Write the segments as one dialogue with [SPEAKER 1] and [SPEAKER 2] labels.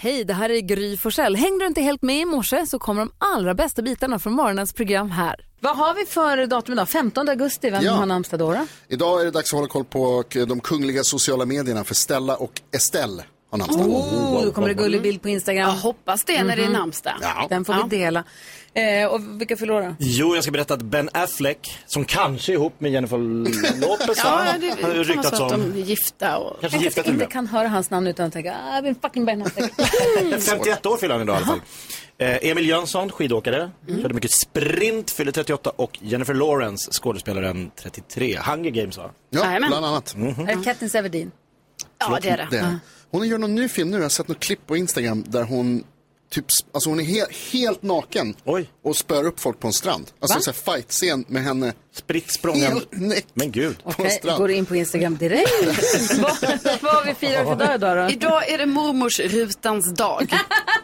[SPEAKER 1] Hej, det här är Gry Forssell. Hängde du inte helt med i morse så kommer de allra bästa bitarna från morgonens program här. Vad har vi för datum idag? 15 augusti, vem
[SPEAKER 2] Ja.
[SPEAKER 1] har namnsdag då? då?
[SPEAKER 2] Idag är det dags att hålla koll på eh, de kungliga sociala medierna för Stella och Estelle har namnsdag.
[SPEAKER 1] Oh, då kommer det gullig bild på Instagram.
[SPEAKER 3] Hoppas det när det är namnsdag.
[SPEAKER 1] Mhm. Den får vi dela. Eh, och vilka förlorar?
[SPEAKER 4] Jo, jag ska berätta att Ben Affleck, som kanske är ihop med Jennifer Lopez,
[SPEAKER 3] Ja,
[SPEAKER 4] han
[SPEAKER 3] det
[SPEAKER 4] har ju
[SPEAKER 3] kan vara
[SPEAKER 4] ryktats
[SPEAKER 3] så att de
[SPEAKER 4] om.
[SPEAKER 3] är gifta och...
[SPEAKER 4] Kanske
[SPEAKER 1] Jag
[SPEAKER 4] gifta
[SPEAKER 1] kanske
[SPEAKER 4] till
[SPEAKER 1] inte
[SPEAKER 4] och
[SPEAKER 1] kan höra hans namn utan att tänka, ah, min fucking Ben Affleck.
[SPEAKER 4] med. 51 år fyller han idag i alla fall. Eh, Emil Jönsson, skidåkare,
[SPEAKER 3] Mm.
[SPEAKER 4] körde mycket sprint, fyller 38 och Jennifer Lawrence, skådespelaren 33. Hunger Games va?
[SPEAKER 2] Ja,
[SPEAKER 3] Jajamän.
[SPEAKER 2] bland annat.
[SPEAKER 4] Mhm.
[SPEAKER 1] Är det Katniss Everdeen?
[SPEAKER 3] Ja, det är det.
[SPEAKER 2] Det. Hon gör någon ny film nu, jag har sett något klipp på Instagram där hon typ, alltså hon är he helt naken
[SPEAKER 4] Oj.
[SPEAKER 2] och spör upp folk på en strand. Alltså
[SPEAKER 1] Va?
[SPEAKER 2] så här fight-scen med henne
[SPEAKER 4] Spritt språngande.
[SPEAKER 2] helt näck
[SPEAKER 4] Men gud.
[SPEAKER 2] på en
[SPEAKER 1] Okej,
[SPEAKER 2] strand.
[SPEAKER 1] går in på Instagram direkt. vad, vad har vi firar för dag idag då?
[SPEAKER 3] Idag är det mormorsrutans dag.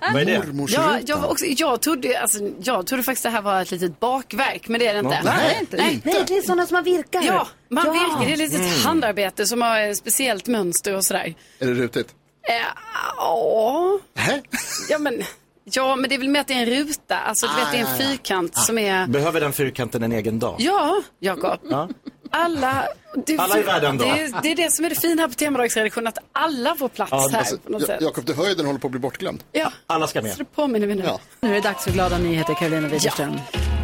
[SPEAKER 4] Vad är det?
[SPEAKER 2] Mormors
[SPEAKER 3] Jag,
[SPEAKER 2] ruta.
[SPEAKER 3] jag, var också, jag, trodde, alltså, jag trodde faktiskt det här var ett litet bakverk, men det är det inte.
[SPEAKER 4] Nej,
[SPEAKER 1] inte. Nej, det är sådana som man virkar. Mm.
[SPEAKER 3] Ja, man virkar. Det är ett litet handarbete som har ett speciellt mönster och sådär.
[SPEAKER 2] Är det rutigt?
[SPEAKER 3] Eh, ja,
[SPEAKER 2] Hä?
[SPEAKER 3] ja, men, ja, men det är väl med att det är en ruta. Alltså, du vet,
[SPEAKER 1] Ah,
[SPEAKER 3] det är en fyrkant som är...
[SPEAKER 4] Behöver den fyrkanten en egen dag?
[SPEAKER 3] Ja, Jakob. Alla, det,
[SPEAKER 4] Alla i världen då.
[SPEAKER 3] Det, det är det som är det fina här på temadagsredaktionen, att alla får plats här på något
[SPEAKER 2] Alltså, Ja,
[SPEAKER 3] sätt.
[SPEAKER 2] Jakob, du hör ju den håller på att bli bortglömd.
[SPEAKER 3] Ja.
[SPEAKER 4] Alla ska med.
[SPEAKER 3] Så det påminner mig nu.
[SPEAKER 2] Ja.
[SPEAKER 1] Nu är det dags för glada nyheter, Karolina Widerström.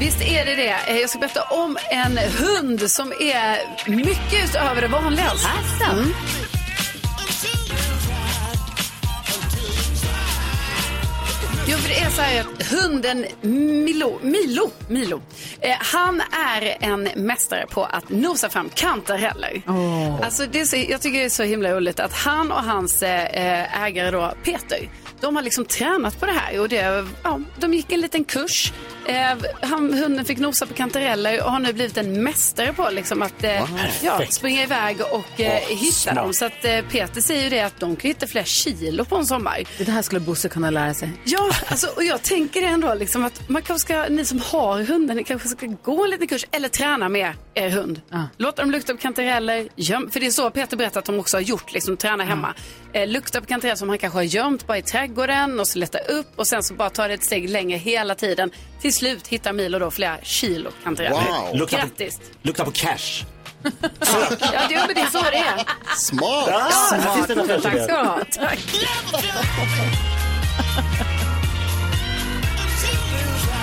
[SPEAKER 3] Visst är det det. Eh, Jag ska berätta om en hund som är mycket utöver det vanliga. Mm. Jo, för det är så här att hunden Milo, Milo, Milo eh, han är en mästare på att nosa fram kantareller.
[SPEAKER 1] Eh.
[SPEAKER 3] Alltså, det är så, jag tycker det är så himla roligt att han och hans eh, ägare då, Peter, de har liksom tränat på det här och det, ja, de gick en liten kurs. Eh, han, hunden fick nosa på kantareller och har nu blivit en mästare på liksom att eh, ja, springa iväg och eh, hitta dem. Så att eh, Peter säger ju det att de kan hitta flera kilo på en sommar.
[SPEAKER 1] Det här skulle Bosse kunna lära sig.
[SPEAKER 3] Ja, alltså, och jag tänker ändå liksom att man kanske ska, ni som har hunden, ni kanske ska gå en liten kurs eller träna med er hund. Låt dem lukta på kantareller, göm, för det är så Peter berättar att de också har gjort, liksom träna hemma. Eh, lukta på kantareller som han kanske har gömt bara i trädgården och så lätta upp och sen så bara ta det ett steg längre hela tiden. Till slut hittar Milo då flera kilo kantareller.
[SPEAKER 2] Wow.
[SPEAKER 4] Lukta på,
[SPEAKER 3] Grattis!
[SPEAKER 4] lukta på cash.
[SPEAKER 3] Ja, det, men det är så det är.
[SPEAKER 2] Smart!
[SPEAKER 4] Smart. Finns det något cash i
[SPEAKER 3] Tack
[SPEAKER 4] det?
[SPEAKER 3] ska du ha. Tack.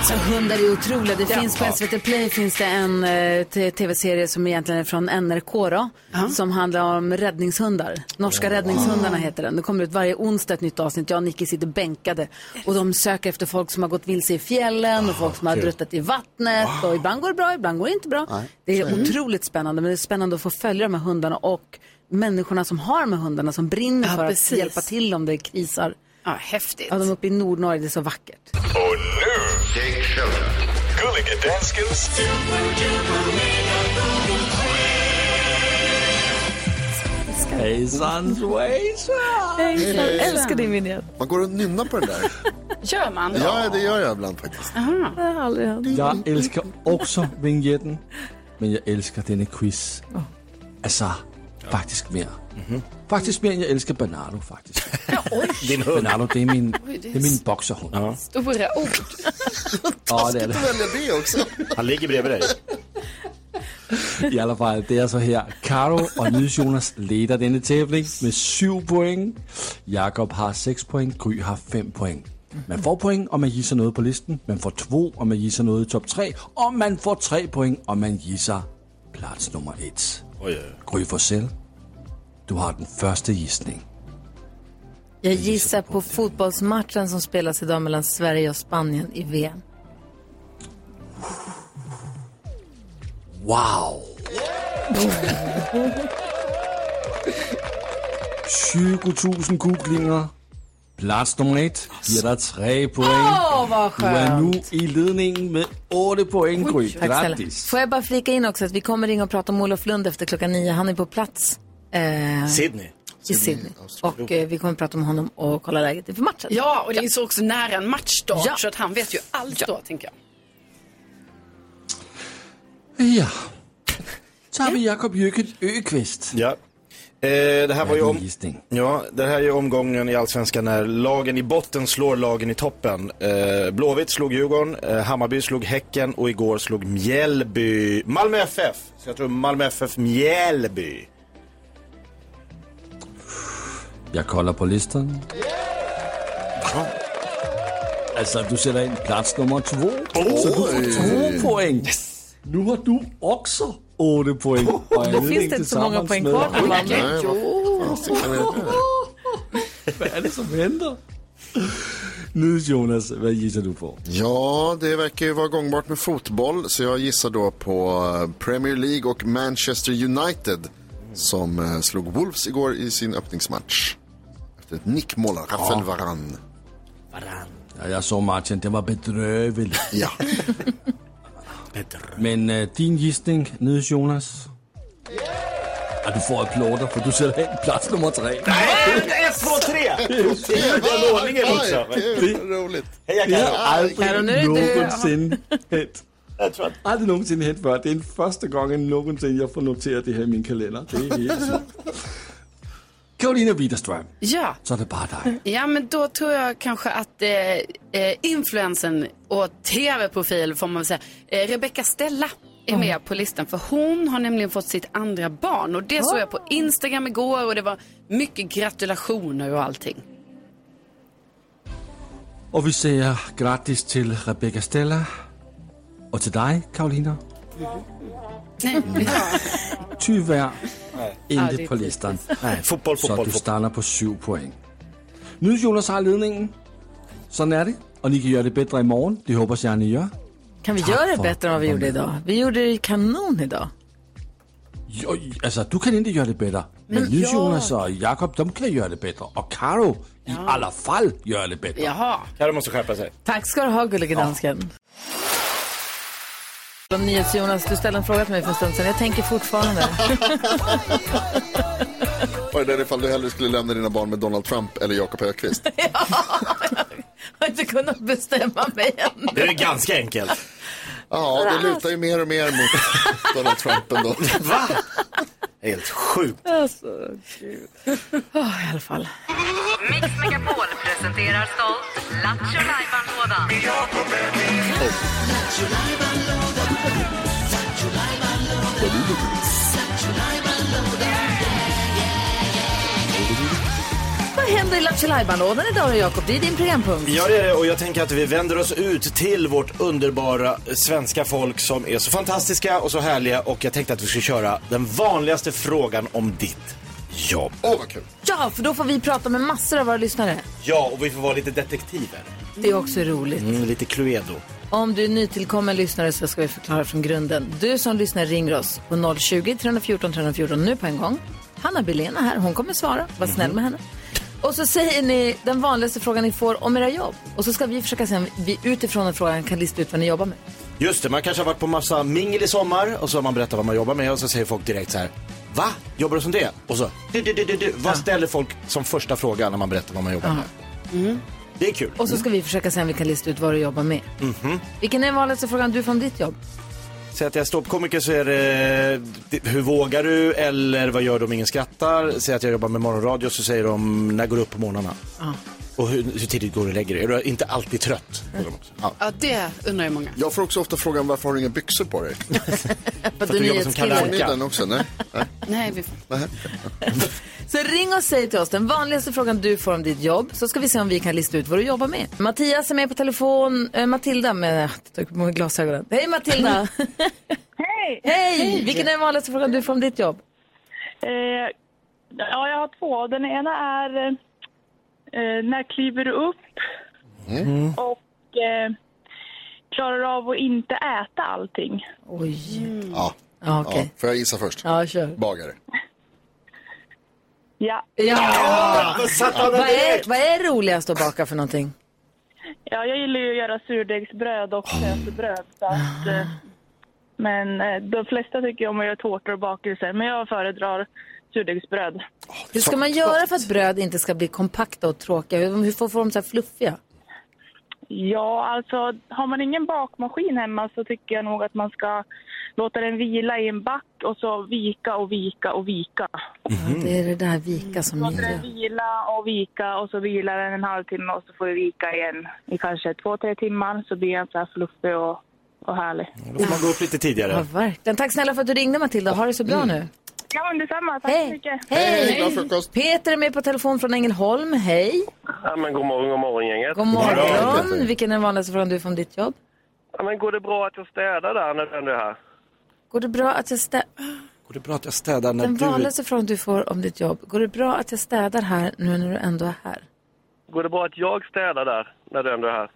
[SPEAKER 1] Så hundar är otroliga. Det finns på SVT Play finns det en eh, t- tv-serie som egentligen är från NRK då, som handlar om räddningshundar. Norska räddningshundarna heter den. Det kommer ut varje onsdag ett nytt avsnitt. Jag och Nicky sitter bänkade och de söker efter folk som har gått vilse i fjällen och folk som har druttat i vattnet. Och ibland går det bra, ibland går det inte bra. det är otroligt spännande, men det är spännande att få följa de här hundarna och människorna som har de här hundarna som brinner
[SPEAKER 3] Ja,
[SPEAKER 1] för att
[SPEAKER 3] precis.
[SPEAKER 1] hjälpa till om det krisar.
[SPEAKER 3] Ja, häftigt.
[SPEAKER 1] Ja, de är uppe i Nordnorge, det är så vackert.
[SPEAKER 5] Och nu, Gulliga Danskens
[SPEAKER 1] Jag älskar din vinjett.
[SPEAKER 2] Man går och nynnar på den där.
[SPEAKER 3] Gör man?
[SPEAKER 2] Ja, det gör jag ibland faktiskt.
[SPEAKER 6] Jag älskar också vignetten, men jag älskar denna quiz. Alltså, faktiskt mer. Faktiskt mer än jag älskar Bernardo faktiskt.
[SPEAKER 4] Din hund.
[SPEAKER 6] Bernardo, det är min,
[SPEAKER 3] det
[SPEAKER 6] det
[SPEAKER 3] är
[SPEAKER 6] är min boxerhund. Ja,
[SPEAKER 3] Stora ord.
[SPEAKER 6] det är det.
[SPEAKER 2] Välja det också.
[SPEAKER 4] Han ligger bredvid dig.
[SPEAKER 6] I alla fall, det är så här. Karo och NydsJonas leder denna tävling med 7 poäng. Jakob har 6 poäng, Gry har 5 poäng. Man får poäng om man gissar något på listan, man får 2 om man gissar något i topp 3 och man får 3 poäng om man gissar plats nummer 1.
[SPEAKER 4] Oj, oj.
[SPEAKER 6] Gry Forssell, du har den första gissningen.
[SPEAKER 1] Jag gissar på fotbollsmatchen som spelas idag mellan Sverige och Spanien i VM.
[SPEAKER 6] Wow! 20.000 googlingar. Plats nummer ett ger dig tre poäng.
[SPEAKER 1] Åh, vad
[SPEAKER 6] Du är
[SPEAKER 1] skönt!
[SPEAKER 6] nu i ledningen med 8 poäng, Gry.
[SPEAKER 1] Tack snälla.
[SPEAKER 6] Grattis!
[SPEAKER 1] Får jag bara flika in också att vi kommer ringa och prata om Olof Lund efter klockan nio. Han är på plats eh,
[SPEAKER 4] Sydney.
[SPEAKER 1] i Sydney. Och eh, vi kommer prata om honom och kolla läget inför matchen.
[SPEAKER 3] Ja, och det är ju så också nära en matchstart
[SPEAKER 1] Ja.
[SPEAKER 3] så att han vet ju allt då, tänker jag.
[SPEAKER 6] Ja. Så har vi Jakob Jürgen Öqvist.
[SPEAKER 4] Ja. Eh, det här var ju om...
[SPEAKER 6] Gissning.
[SPEAKER 4] Ja, det här är ju omgången i Allsvenskan när lagen i botten slår lagen i toppen. Eh, Blåvitt slog Djurgården, eh, Hammarby slog Häcken och igår slog Mjällby Malmö FF. Så jag tror Malmö FF Mjällby.
[SPEAKER 6] Jeg kolder på listerne. Altså, du sætter ind plads nummer to, så du får to point. Nu har du også 8 point. Og
[SPEAKER 1] Då finns det inte så många poäng kvar på Malmö.
[SPEAKER 2] Nej, vad fasiken är det där?
[SPEAKER 6] Hvad er det, som venter? Nydes Jonas, hvad gisser du på?
[SPEAKER 2] Ja, det verkar ju vara gångbart med fotboll, så jag gissar då på eh, Premier League och Manchester United som eh, slog Wolves igår i sin öppningsmatch. Efter ett nickmål av Rafael Varane.
[SPEAKER 6] Ja, jeg så Martin, det var bedrøvelig.
[SPEAKER 2] Ja,
[SPEAKER 6] Men øh, din gisning, Nydes Jonas, og du får applauder, for du sætter ind plads nummer 3.
[SPEAKER 4] Ett, två, tre! Den ordningen också.
[SPEAKER 2] det är roligt.
[SPEAKER 4] Heja
[SPEAKER 6] Det
[SPEAKER 4] Kalle!
[SPEAKER 6] har aldrig
[SPEAKER 1] Kan du nu dö?
[SPEAKER 6] nogensinde hent.
[SPEAKER 4] Jag tror att
[SPEAKER 6] Aldrig nogensinde hent før. Det er den første gang jeg nogensinde jeg får noteret det her i min kalender. Det er helt sygt. Karolina Widerstrøm,
[SPEAKER 3] Ja,
[SPEAKER 6] så er det bare dig.
[SPEAKER 3] ja men då tror jag kanske att eh, eh, influensen och tv-profil får man väl säga, eh, Rebecca Stella är med på listan för hon har nämligen fått sitt andra barn och det såg jag på Instagram igår och det var mycket gratulationer och allting.
[SPEAKER 6] Og vi siger gratis til Rebecca Stella. Og til dig, Karolina.
[SPEAKER 3] Nej,
[SPEAKER 6] Ty hver.
[SPEAKER 1] det er
[SPEAKER 6] Intet på listeren.
[SPEAKER 4] Nej, fotboll,
[SPEAKER 6] Så
[SPEAKER 4] fotboll,
[SPEAKER 6] du
[SPEAKER 4] fotboll.
[SPEAKER 6] starter på syv point. Nydes Jonas har ledningen. Sådan er det. Og I kan gøre det bedre i morgen. Det håber jeg, I gør.
[SPEAKER 1] Kan vi
[SPEAKER 6] Tack
[SPEAKER 1] göra det
[SPEAKER 6] för
[SPEAKER 1] bättre än vad vi gjorde idag? Vi gjorde det kanon idag.
[SPEAKER 6] Jo, altså, du kan ikke gøre det bedre. Men, men Jonas og Jakob, de kan gøre det bedre. Og Karo, i alle fald, gør det bedre.
[SPEAKER 3] Jaha.
[SPEAKER 4] Kalle måste skärpa sig.
[SPEAKER 1] Tack ska du ha, gullige dansken. Om NyhetsJonas, du ställde en fråga till mig för en stund sedan. Jag tänker fortfarande.
[SPEAKER 2] Var det där ifall du hellre skulle lämna dina barn med Donald Trump eller Jakob Högqvist?
[SPEAKER 1] Jag har inte kunnat bestämma mig än.
[SPEAKER 4] Det är ganska enkelt.
[SPEAKER 2] Ja, det lutar ju mer och mer mot Donald Trump ändå.
[SPEAKER 4] Va? Helt sjukt.
[SPEAKER 1] Alltså, gud. Åh, I alla fall.
[SPEAKER 7] Mix Megapol presenterar stolt Lattjo Lajban-lådan.
[SPEAKER 1] Vad händer i Lattjo Lajban-lådan idag då, Jakob? Det är din programpunkt.
[SPEAKER 4] Ja, det är det. Och jag tänker att vi vänder oss ut till vårt underbara svenska folk som är så fantastiska och så härliga. Och jag tänkte att vi skulle köra den vanligaste frågan om ditt jobb.
[SPEAKER 2] Åh, vad kul.
[SPEAKER 1] Ja, för då får vi prata med massor av våra lyssnare.
[SPEAKER 4] Ja, och vi får vara lite detektiver.
[SPEAKER 1] Det är också roligt.
[SPEAKER 4] Mm, lite Cluedo.
[SPEAKER 1] Om du är nytillkommen lyssnare så ska vi förklara från grunden. Du som lyssnar ringer oss på 020-314 314 nu på en gång. Hanna Billén är här, hon kommer svara. Var
[SPEAKER 4] Mhm.
[SPEAKER 1] snäll med henne. Och så säger ni den vanligaste frågan ni får om era jobb. Och så ska vi försöka se om vi utifrån den frågan kan lista ut vad ni jobbar med.
[SPEAKER 4] Just det, man kanske har varit på massa mingel i sommar och så har man berättat vad man jobbar med och så säger folk direkt så här. Va? Jobbar du som det? Och så, du, du, du, du, du. vad ställer folk som första fråga när man berättar vad man jobbar med?
[SPEAKER 3] Mm.
[SPEAKER 4] Det är kul. Mhm.
[SPEAKER 1] Och så ska vi försöka se om vi kan lista ut vad du jobbar med. Vilken är den vanligaste frågan du får om ditt jobb?
[SPEAKER 4] Säg att jag är ståuppkomiker så är det det- hur vågar du eller vad gör du om ingen skrattar? Säg att jag jobbar med morgonradio så säger de när går du upp på morgnarna? Och hur, hur tidigt går du och lägger dig? Är du inte alltid trött? Säger de också. Ja,
[SPEAKER 3] Ja, det undrar ju många.
[SPEAKER 2] Jag får också ofta frågan varför har du inga byxor på dig?
[SPEAKER 4] du
[SPEAKER 1] För att
[SPEAKER 4] jobbar som
[SPEAKER 1] nyhetskille.
[SPEAKER 4] Kalle Anka.
[SPEAKER 2] Middagen också, nej? nej.
[SPEAKER 3] Nej, vi får...
[SPEAKER 1] Så ring och säg till oss den vanligaste frågan du får om ditt jobb så ska vi se om vi kan lista ut vad du jobbar med. Mattias är med på telefon. Eh, Matilda med, jag tog på mig glasögonen. Hej Matilda!
[SPEAKER 8] Hej!
[SPEAKER 1] Hej! Vilken är den vanligaste frågan du får om ditt jobb?
[SPEAKER 8] Eh, ja, jag har två. Den ena är eh, när kliver du upp?
[SPEAKER 2] Mm.
[SPEAKER 9] Mm.
[SPEAKER 8] Och eh, klarar du av att inte äta allting?
[SPEAKER 1] Oj.
[SPEAKER 2] Ja,
[SPEAKER 1] Ja,
[SPEAKER 2] ja.
[SPEAKER 1] okej.
[SPEAKER 2] Får jag gissa först?
[SPEAKER 1] Ja, kör.
[SPEAKER 2] Bagare.
[SPEAKER 8] Ja,
[SPEAKER 1] Ja! Vad är, vad är roligast att baka för någonting?
[SPEAKER 8] ja jag gillar ju att göra surdegsbröd och köttbröd. Så att, eh, men eh, de flesta tycker ju om att göra tårtor och bakelser, men jag föredrar surdegsbröd.
[SPEAKER 1] Hur ska man göra för att bröd inte ska bli kompakta och tråkiga? Hur hur får får de så här fluffiga?
[SPEAKER 8] Ja, alltså har man ingen bakmaskin hemma så tycker jag nog att man ska låta den vila i en back och så vika och vika och vika.
[SPEAKER 2] Mm.
[SPEAKER 1] Det är det där vika som
[SPEAKER 8] Låta
[SPEAKER 1] gäller.
[SPEAKER 8] den vila och vika och så vilar den en halvtimme och så får du vika igen i kanske två, tre timmar så blir den så här fluffig och, och härlig.
[SPEAKER 4] Då får man gå upp lite
[SPEAKER 1] Ja,
[SPEAKER 4] tidigare.
[SPEAKER 1] verkligen. Tack snälla för att du ringde Matilda. Ha det så bra nu.
[SPEAKER 8] Ja, men detsamma. Tack så
[SPEAKER 1] Hej!
[SPEAKER 8] mycket.
[SPEAKER 2] Mm. Hej, glad frukost.
[SPEAKER 1] Peter är med på telefon från Ängelholm. Hej!
[SPEAKER 9] Ja, men god morgon, god morgon gänget.
[SPEAKER 1] God
[SPEAKER 2] morgon,
[SPEAKER 1] morgon!
[SPEAKER 2] Peter.
[SPEAKER 1] Vilken är den vanligaste frågan du får om ditt jobb?
[SPEAKER 9] Ja, men går det bra att jag städar där när du ändå är här?
[SPEAKER 1] Går det bra att jag städar?
[SPEAKER 4] Går det bra att jag städar när
[SPEAKER 1] Den
[SPEAKER 4] du...
[SPEAKER 1] vanligaste frågan du får om ditt jobb. Går det bra att jag städar här nu när du ändå är här?
[SPEAKER 9] Går det bra att jag städar där när du ändå är här?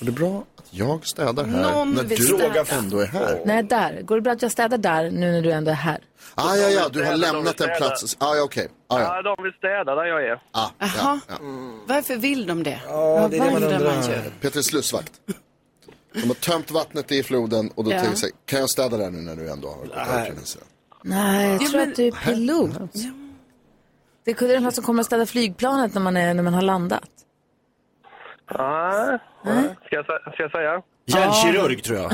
[SPEAKER 2] Går det bra att jag städar här
[SPEAKER 3] Någon
[SPEAKER 2] när
[SPEAKER 3] vill
[SPEAKER 2] du
[SPEAKER 3] städa.
[SPEAKER 2] ändå är här?
[SPEAKER 1] Nej, där. Går det bra att jag städar där nu när du ändå är här?
[SPEAKER 2] Ah, ja, ja, du har
[SPEAKER 9] Någon vill
[SPEAKER 2] lämnat en
[SPEAKER 9] städa.
[SPEAKER 2] plats. Ah, ja, okej. Ah, ja.
[SPEAKER 9] Ja, de vill städa där jag är. Mm.
[SPEAKER 2] Ah, ja,
[SPEAKER 3] Jaha.
[SPEAKER 2] ja.
[SPEAKER 3] Varför vill de det?
[SPEAKER 4] Ja, det är det man
[SPEAKER 3] Undrar man
[SPEAKER 4] undrar.
[SPEAKER 3] ju.
[SPEAKER 2] Peter är slussvakt. De har tömt vattnet i floden och då
[SPEAKER 3] Ja.
[SPEAKER 2] tänker jag sig, kan jag städa där nu när du ändå har gått över till den sidan?
[SPEAKER 1] Nej, jag tror att du är pilot. Det kunde den som kommer att städa flygplanet när man, är, när man har landat.
[SPEAKER 9] Ja, eh, ska, jag, sä- ska jag säga?
[SPEAKER 4] Hjärnkirurg tror jag.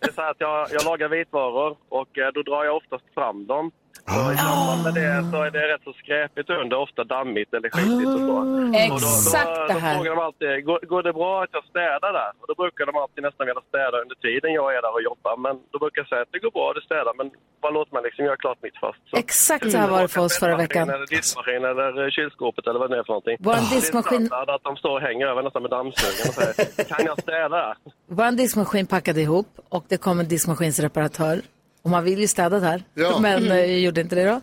[SPEAKER 9] Det är så här att jag, jag lagar vitvaror och eh, då drar jag oftast fram dem.
[SPEAKER 4] Ah.
[SPEAKER 9] Och i samband med det så är det rätt så skräpigt under, ofta dammigt eller skitigt och så. Och då,
[SPEAKER 1] Ah. Exakt
[SPEAKER 9] då,
[SPEAKER 1] det
[SPEAKER 9] då
[SPEAKER 1] här.
[SPEAKER 9] frågar de alltid, går, går det bra att jag städar där? Och då brukar de alltid nästan vilja städa under tiden jag är där och jobbar. Men då brukar jag säga att det går bra att du städar, men bara låt mig liksom göra klart mitt först. Så.
[SPEAKER 1] Exakt så här var det för oss förra
[SPEAKER 9] Tvättmaskin
[SPEAKER 1] veckan.
[SPEAKER 9] Mm. Eller diskmaskin eller eh, kylskåpet eller vad det nu är för någonting.
[SPEAKER 1] Vår
[SPEAKER 9] Det är
[SPEAKER 1] diskmaskin,
[SPEAKER 9] standard att de står och hänger över nästan med dammsugaren och säger Kan jag städa? där?"
[SPEAKER 1] vår diskmaskin packade ihop och det kom en diskmaskinsreparatör. Och man vill ju städa där,
[SPEAKER 2] Ja.
[SPEAKER 1] men eh, jag gjorde inte det då.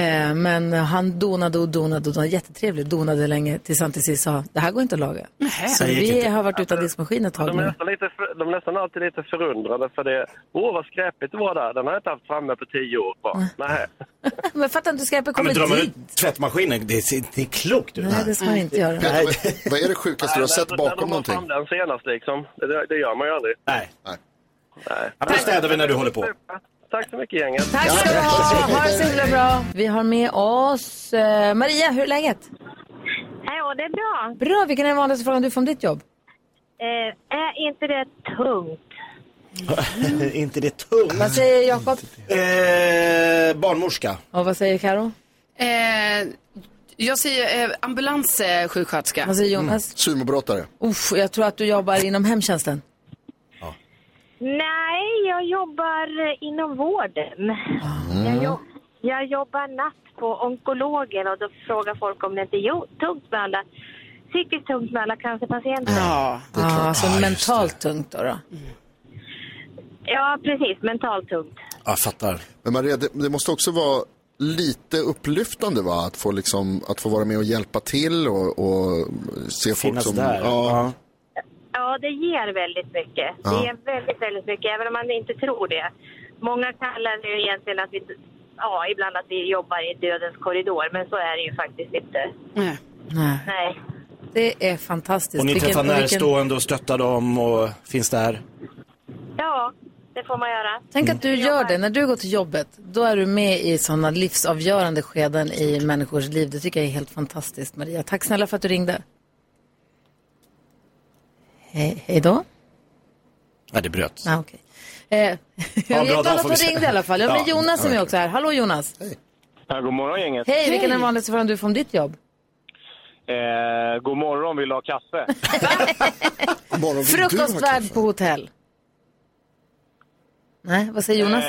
[SPEAKER 1] Eh, men han donade och donade och donade, jättetrevligt, donade länge tills han till sist sa, det här går inte att laga. Så
[SPEAKER 4] gick
[SPEAKER 1] vi
[SPEAKER 4] inte.
[SPEAKER 1] har varit utan diskmaskin ett tag
[SPEAKER 9] De är,
[SPEAKER 1] nu.
[SPEAKER 9] nästan lite för, de är nästan alltid lite förundrade för det. Åh, vad skräpigt det var där. Den har jag inte haft framme på tio år. Bara.
[SPEAKER 1] Mm.
[SPEAKER 9] Nej.
[SPEAKER 1] Men fattar inte, skräpet
[SPEAKER 4] Ja,
[SPEAKER 1] kommer
[SPEAKER 4] men drar man
[SPEAKER 1] dit.
[SPEAKER 4] ut tvättmaskinen, det är, det är klokt du.
[SPEAKER 1] Nej, det ska man inte göra.
[SPEAKER 2] Peter, vad, vad är det sjukaste du har
[SPEAKER 9] Nej,
[SPEAKER 2] sett
[SPEAKER 9] när-
[SPEAKER 2] bakom
[SPEAKER 9] När de har fram
[SPEAKER 2] någonting?
[SPEAKER 9] den senast liksom. Det, det gör man ju aldrig.
[SPEAKER 4] Nej.
[SPEAKER 2] Nej.
[SPEAKER 4] Ja, men Då städar vi när du håller på.
[SPEAKER 9] Tack så mycket gänget.
[SPEAKER 1] Tack ska du ha, ha det så himla bra. Vi har med oss eh, Maria, hur är läget?
[SPEAKER 10] Ja, det är bra.
[SPEAKER 1] Bra, vilken är den vanligaste frågan du får om ditt jobb?
[SPEAKER 10] Eh, är inte det tungt?
[SPEAKER 4] inte det tungt.
[SPEAKER 1] Vad säger Jakob?
[SPEAKER 4] Eh, barnmorska.
[SPEAKER 1] Och vad säger Karo?
[SPEAKER 3] Eh, jag säger eh, ambulanssjuksköterska. Mm.
[SPEAKER 1] Vad säger Jonas?
[SPEAKER 2] Mm. Sumobrottare.
[SPEAKER 1] Uff, jag tror att du jobbar inom hemtjänsten.
[SPEAKER 10] Nej, jag jobbar eh, inom vården. Jag, jobb, jag jobbar natt på onkologen och då frågar folk om det inte är jo- tungt med alla, psykiskt tungt med alla cancerpatienter.
[SPEAKER 3] Ja.
[SPEAKER 1] Ja, alltså mentalt tungt då. då.
[SPEAKER 10] Ja, precis. Mentalt tungt.
[SPEAKER 4] Ja, jag fattar.
[SPEAKER 2] Men Maria, det, det måste också vara lite upplyftande va? Att få, liksom, att få vara med och hjälpa till och, och se folk
[SPEAKER 4] Finnas
[SPEAKER 2] som...
[SPEAKER 4] där.
[SPEAKER 2] Ja,
[SPEAKER 10] Ja, det ger väldigt mycket. Det
[SPEAKER 2] Ja.
[SPEAKER 10] ger väldigt, väldigt mycket, även om man inte tror det. Många kallar det ju egentligen att vi, ja, ibland att vi jobbar i dödens korridor, men så är det ju faktiskt inte.
[SPEAKER 3] Nej.
[SPEAKER 1] Nej,
[SPEAKER 10] Nej.
[SPEAKER 1] det är fantastiskt.
[SPEAKER 4] Och ni
[SPEAKER 1] Vilken-
[SPEAKER 4] träffar
[SPEAKER 1] vilken-
[SPEAKER 4] närstående och stöttar dem och finns där.
[SPEAKER 10] Ja, det får man göra. Mm.
[SPEAKER 1] Tänk att du gör det. När du går till jobbet, då är du med i sådana livsavgörande skeden i människors liv. Det tycker jag är helt fantastiskt, Maria. Tack snälla för att du ringde. Hej, hej då.
[SPEAKER 4] Nej, det bröt.
[SPEAKER 1] Ah, okay. eh, jag
[SPEAKER 4] bra
[SPEAKER 1] är
[SPEAKER 4] dag
[SPEAKER 1] glad
[SPEAKER 4] får
[SPEAKER 1] att
[SPEAKER 4] vi
[SPEAKER 1] du
[SPEAKER 4] säga.
[SPEAKER 1] ringde i alla fall. Ja, men
[SPEAKER 4] Ja,
[SPEAKER 1] Jonas är med också här. Hallå Jonas. Hej,
[SPEAKER 9] Ja, god morgon gänget.
[SPEAKER 1] vilken är den vanligaste frågan du får om ditt jobb?
[SPEAKER 9] Eh, god morgon, vill du ha kaffe?
[SPEAKER 2] God morgon, vill du ha
[SPEAKER 1] Frukostvärd
[SPEAKER 2] kaffe?
[SPEAKER 1] på hotell. Nej, vad säger Jonas?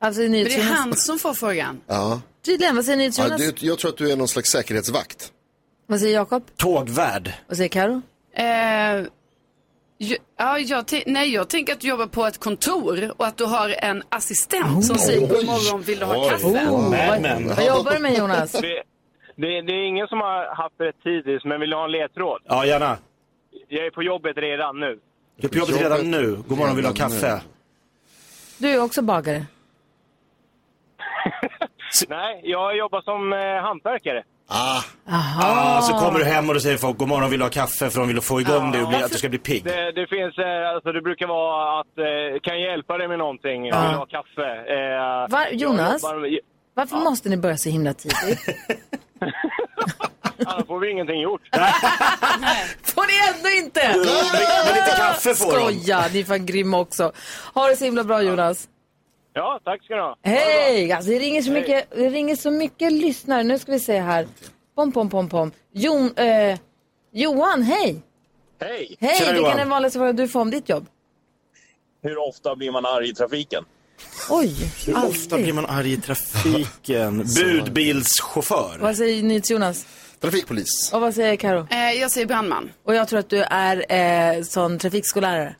[SPEAKER 1] Alltså,
[SPEAKER 3] Eh. Men det är
[SPEAKER 1] NyhetsJonas.
[SPEAKER 3] han som får frågan.
[SPEAKER 2] Ja.
[SPEAKER 1] Tydligen, vad säger
[SPEAKER 2] Ja,
[SPEAKER 1] NyhetsJonas?
[SPEAKER 2] det, jag tror att du är någon slags säkerhetsvakt.
[SPEAKER 1] Vad säger Jakob?
[SPEAKER 4] Tågvärd.
[SPEAKER 1] Vad säger Karo?
[SPEAKER 3] Eh, ju- Ja, jag, te- nej, jag tänker att du jobbar på ett kontor och att du har en assistent som säger god morgon, vill du ha
[SPEAKER 2] Oh. Oj. Oh,
[SPEAKER 3] kaffe?
[SPEAKER 9] Oh,
[SPEAKER 1] vad,
[SPEAKER 4] men.
[SPEAKER 1] vad jobbar du med Jonas?
[SPEAKER 9] Det, det, det är ingen som har haft rätt tidvis, men vill du ha en ledtråd?
[SPEAKER 4] Ja, gärna.
[SPEAKER 9] Jag är på jobbet redan nu.
[SPEAKER 4] Du är på jobbet redan nu. God morgon, vill du ha
[SPEAKER 2] Redan
[SPEAKER 4] kaffe?
[SPEAKER 1] Du är också bagare.
[SPEAKER 9] Nej, jag jobbar som eh, hantverkare.
[SPEAKER 2] Ah,
[SPEAKER 4] Ah, så kommer du hem och då säger folk god morgon, vill du ha kaffe? För de vill få igång dig och bli, att du ska bli pigg.
[SPEAKER 9] Det, det finns, eh, alltså det brukar vara att, eh, kan jag hjälpa dig med någonting? Jag vill ha kaffe. Eh,
[SPEAKER 1] Var,
[SPEAKER 9] jag
[SPEAKER 1] Jonas,
[SPEAKER 9] jobbar-
[SPEAKER 1] varför måste ni börja så himla tidigt?
[SPEAKER 9] Annars får vi ingenting gjort.
[SPEAKER 3] Får ni
[SPEAKER 1] vi ändå inte!
[SPEAKER 5] Men lite kaffe får de.
[SPEAKER 1] Skoja, ni är fan grymma också. Ha det så himla bra Jonas.
[SPEAKER 11] Ja, tack ska du ha.
[SPEAKER 1] Hej! Alltså, det, ringer så mycket, det ringer så mycket lyssnare. Nu ska vi se här. Pom, pom, pom, pom. Jon, eh, Johan, hej!
[SPEAKER 11] Hej!
[SPEAKER 1] Hej! Vilken är vanligaste frågan du får om ditt jobb?
[SPEAKER 11] Hur ofta blir man arg i trafiken?
[SPEAKER 1] Oj,
[SPEAKER 4] Hur ofta
[SPEAKER 1] alltid.
[SPEAKER 4] blir man arg i trafiken? Budbilschaufför.
[SPEAKER 1] Vad säger NyhetsJonas?
[SPEAKER 2] Trafikpolis.
[SPEAKER 1] Och vad säger Karo?
[SPEAKER 3] jag säger brandman.
[SPEAKER 1] Och jag tror att du är eh, sån trafikskollärare.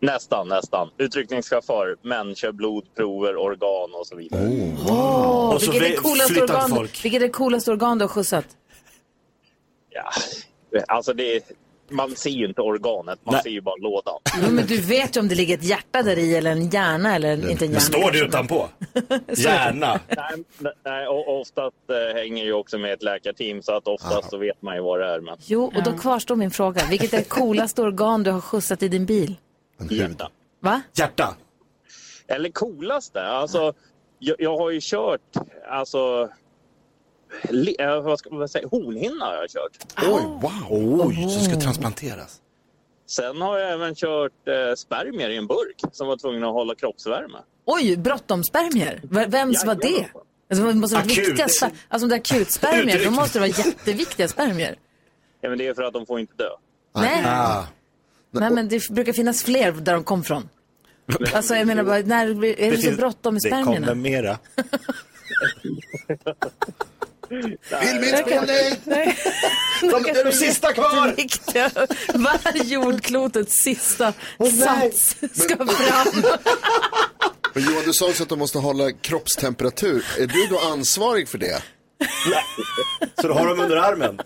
[SPEAKER 11] Nästan, nästan. Utryckningschaufför, men kör blodprover, organ och så vidare.
[SPEAKER 4] Oh.
[SPEAKER 1] Åh,
[SPEAKER 11] Och så
[SPEAKER 1] vilket, är det
[SPEAKER 11] Alltså, vi-
[SPEAKER 1] coolaste
[SPEAKER 11] flyttar
[SPEAKER 1] organ,
[SPEAKER 11] folk.
[SPEAKER 1] vilket är det coolaste organ du har skjutsat?
[SPEAKER 11] Ja. Alltså, det är, man ser ju inte organet, man ser ju bara lådan.
[SPEAKER 1] Jo, men du vet ju om det ligger ett hjärta där i eller en hjärna eller en, inte en hjärna.
[SPEAKER 4] det utanpå?
[SPEAKER 1] Gärna.
[SPEAKER 11] nej, nej, och oftast eh, hänger ju också med ett läkarteam så att oftast så vet man ju vad det är. Men...
[SPEAKER 1] Jo, och då kvarstår min fråga. Vilket är det coolaste organ du har skjutsat i din bil?
[SPEAKER 11] Hjärta.
[SPEAKER 1] Va?
[SPEAKER 4] Hjärta.
[SPEAKER 11] Eller coolaste, alltså jag, jag har ju kört, alltså le, eh, vad ska man säga, hornhinna har jag kört.
[SPEAKER 2] Oj, wow!
[SPEAKER 4] Oj, som ska transplanteras.
[SPEAKER 11] Sen har jag även kört eh, spermier i en burk som var tvungen att hålla kroppsvärme.
[SPEAKER 1] Oj, bråttomspermier. V- Vems var det? Alltså, det måste vara
[SPEAKER 11] Akut.
[SPEAKER 1] viktiga sper- alltså om det är akutspermier, då
[SPEAKER 11] Utryckning.
[SPEAKER 1] måste det vara jätteviktiga spermier.
[SPEAKER 11] Ja, men det är för att de får inte dö.
[SPEAKER 1] Nej. Nej, men det brukar finnas fler där de kom från. Alltså jag menar bara, när blir- är det så
[SPEAKER 4] finns-
[SPEAKER 1] bråttom med
[SPEAKER 4] Det kommer
[SPEAKER 1] spermierna?
[SPEAKER 4] mera.
[SPEAKER 1] Verkar- Nej.
[SPEAKER 4] De är de sista kvar!
[SPEAKER 1] Viktiga. Var jordklotets sista
[SPEAKER 5] nej.
[SPEAKER 1] sats ska fram.
[SPEAKER 2] Men Johan, du sa också att de måste hålla kroppstemperatur. Är du då ansvarig för det?
[SPEAKER 4] Så du har dem under armen?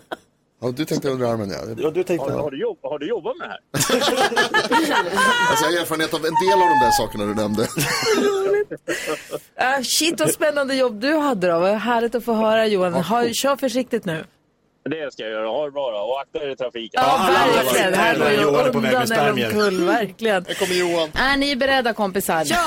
[SPEAKER 2] Ja, du tänkte under armen, ja.
[SPEAKER 4] ja du tänkte...
[SPEAKER 11] Har, har, du jobb, har du jobbat med det här?
[SPEAKER 2] Alltså, jag har erfarenhet av en del av de där sakerna du nämnde.
[SPEAKER 1] Ah, shit vad spännande jobb du hade då. Vad härligt att få höra Johan. Ha, kör försiktigt nu.
[SPEAKER 11] Det ska jag göra. Ha det bra då. Och akta er i trafiken.
[SPEAKER 1] Ja, verkligen. Det här var ju
[SPEAKER 11] Johan är på väg med
[SPEAKER 1] undan eller
[SPEAKER 11] spermier.
[SPEAKER 1] omkull, verkligen.
[SPEAKER 2] kommer Johan.
[SPEAKER 1] Är ni beredda kompisar?
[SPEAKER 5] Ja!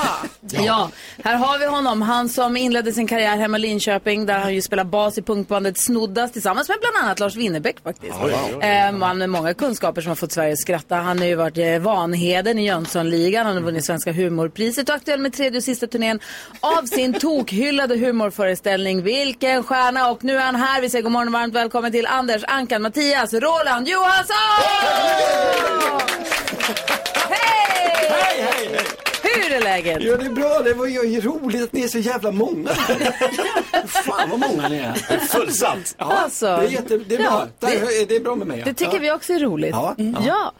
[SPEAKER 1] Ja, här har vi honom. Han som inledde sin karriär hemma i Linköping där han ju spelar bas i punkbandet Snoddas tillsammans med bland annat Lars Winnerbäck faktiskt.
[SPEAKER 5] Oj, oj, oj.
[SPEAKER 1] Eh, man med många kunskaper som har fått Sverige att skratta. Han har ju varit eh, Vanheden i Jönssonligan, han har vunnit Svenska humorpriset och aktuell med tredje och sista turnén av sin tokhyllade humorföreställning Vilken stjärna! Och nu är han här. Vi säger god morgon och varmt välkommen till Anders, Ankan, Mattias, Roland Johansson! Hej! Hej, hej, hej! Hur är läget?
[SPEAKER 12] Ja, det är bra. Det var ju roligt att ni är så jävla många. Fan vad många ni är.
[SPEAKER 4] Fullsatt.
[SPEAKER 12] Ja,
[SPEAKER 1] Alltså,
[SPEAKER 12] det, är jätte, det är
[SPEAKER 1] ja,
[SPEAKER 12] bra. Där,
[SPEAKER 1] det-
[SPEAKER 12] det, är bra med mig. ja.
[SPEAKER 1] Det tycker
[SPEAKER 12] ja.
[SPEAKER 1] vi också är roligt.
[SPEAKER 12] Ja,
[SPEAKER 1] Mm.
[SPEAKER 12] ja.
[SPEAKER 1] ja.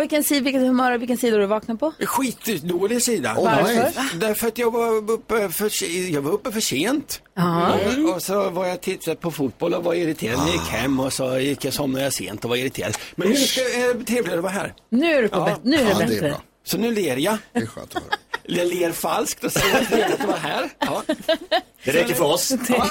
[SPEAKER 1] Vilken, si- vilket humör och vilken sida har du vaknat på?
[SPEAKER 12] Skitdålig sida.
[SPEAKER 1] Åh, Varför? nej.
[SPEAKER 12] Därför att jag var uppe för, se- jag var uppe för sent.
[SPEAKER 1] Ja.
[SPEAKER 12] Och, och så var jag tittat på fotboll och var irriterad. Jag gick hem och så gick jag, somnade jag sent och var irriterad. Men nu ska, är det trevligare att vara här.
[SPEAKER 1] Nu är du på bättre. Nu är det
[SPEAKER 12] Ja,
[SPEAKER 1] bättre.
[SPEAKER 12] bra. så nu ler jag. Det är skönt att höra. Jag ler falskt och så är det trevligt att vara här. Ja.
[SPEAKER 4] Det räcker för oss.
[SPEAKER 1] Det,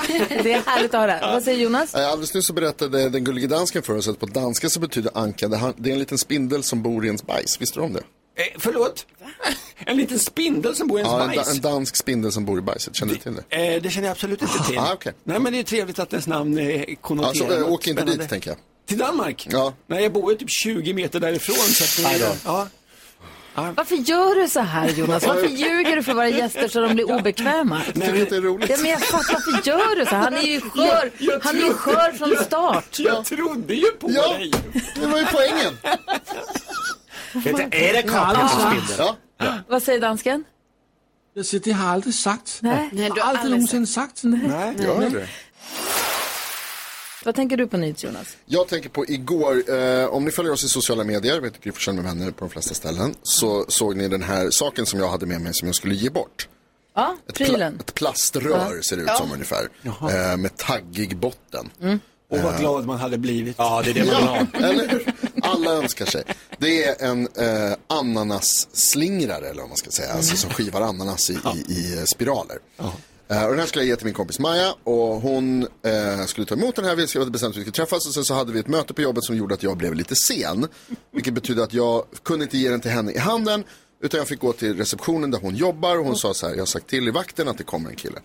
[SPEAKER 1] det är härligt att höra. Vad säger Jonas?
[SPEAKER 2] Eh, Alldeles nyss så berättade den gullige dansken för oss att på danska så betyder anka, det han- det är en liten spindel som bor i ens bajs. Visste du om det?
[SPEAKER 12] Eh, förlåt? En liten spindel som bor i ens
[SPEAKER 2] Ja, en, da-
[SPEAKER 12] bajs.
[SPEAKER 2] en dansk spindel som bor i bajset. Känner du till det?
[SPEAKER 12] Eh, det känner jag absolut inte till.
[SPEAKER 2] Ah, okej.
[SPEAKER 12] Nej, men det är trevligt att ens namn är
[SPEAKER 2] Alltså,
[SPEAKER 12] konnoterat.
[SPEAKER 2] eh, åk inte dit, tänker jag.
[SPEAKER 12] Till Danmark?
[SPEAKER 2] Ja.
[SPEAKER 12] Nej, jag bor ju typ 20 meter därifrån. Så att
[SPEAKER 2] Aj
[SPEAKER 12] det
[SPEAKER 2] då.
[SPEAKER 12] är, ja.
[SPEAKER 1] Varför gör du så här Jonas? Varför ljuger du för våra gäster så de blir obekväma?
[SPEAKER 12] Jag tycker att det är roligt.
[SPEAKER 1] Ja, men jag fattar, varför gör du så här? Han är ju skör,
[SPEAKER 12] Jag- jag
[SPEAKER 1] han är ju
[SPEAKER 12] trodde-
[SPEAKER 1] skör från
[SPEAKER 12] jag-
[SPEAKER 1] start.
[SPEAKER 12] Jag trodde ju på
[SPEAKER 2] Ja.
[SPEAKER 12] dig.
[SPEAKER 2] Det var ju poängen.
[SPEAKER 4] Vet du, är det kakan som spindel?
[SPEAKER 2] Ja.
[SPEAKER 1] Vad säger dansken?
[SPEAKER 6] Jag siger, det har jag aldrig sagt.
[SPEAKER 1] Nej. Nej, du har
[SPEAKER 6] har aldrig
[SPEAKER 1] aldrig
[SPEAKER 6] nogensinde sagt. Nej.
[SPEAKER 2] Gör det?
[SPEAKER 1] Vad tänker du på nytt Jonas?
[SPEAKER 2] Jag tänker på igår, eh, om ni följer oss i sociala medier, vet Gry Forssell med vänner på de flesta ställen, så såg ni den här saken som jag hade med mig som jag skulle ge bort.
[SPEAKER 1] Ja,
[SPEAKER 2] Ett, pla-
[SPEAKER 1] prylen.
[SPEAKER 2] ett plaströr
[SPEAKER 1] Ja.
[SPEAKER 2] ser det ut
[SPEAKER 1] Ja.
[SPEAKER 2] som ungefär, eh, med taggig botten. Eh.
[SPEAKER 12] Och vad glad man hade blivit.
[SPEAKER 4] Ja, det är det man vill ha.
[SPEAKER 2] Ja, eller hur? Alla önskar sig. Det är en eh, ananasslingare, eller vad man ska säga, alltså, som skivar ananas i, i, i eh, spiraler. Eh, och den här skulle jag ge till min kompis Maja och hon eh, skulle ta emot den här, vi hade bestämt att vi skulle träffas och sen så hade vi ett möte på jobbet som gjorde att jag blev lite sen. Vilket betyder att jag kunde inte ge den till henne i handen utan jag fick gå till receptionen där hon jobbar och hon sa så här, jag har sagt till i vakten att det kommer en kille.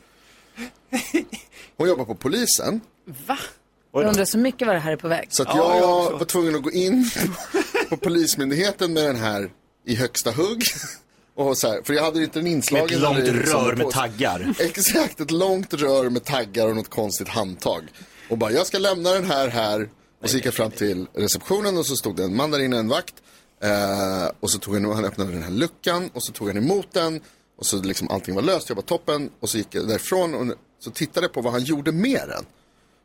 [SPEAKER 2] Hon jobbar på polisen.
[SPEAKER 1] Jag undrar så mycket var det här är på väg.
[SPEAKER 2] Så att jag, var tvungen att gå in på Polismyndigheten med den här i högsta hugg. Och så här, för jag hade inte den inslagen.
[SPEAKER 4] Med ett långt
[SPEAKER 2] eller liksom
[SPEAKER 4] rör med
[SPEAKER 2] på-
[SPEAKER 4] taggar.
[SPEAKER 2] Exakt, ett långt rör med taggar och något konstigt handtag. Och bara, jag ska lämna den här här. Och så gick jag fram till receptionen och så stod det en man där inne, en vakt. Eh, och så tog han, han öppnade den här luckan och så tog han emot den. Och så liksom allting var löst, jag var toppen. Och så gick jag därifrån och så tittade jag på vad han gjorde med den.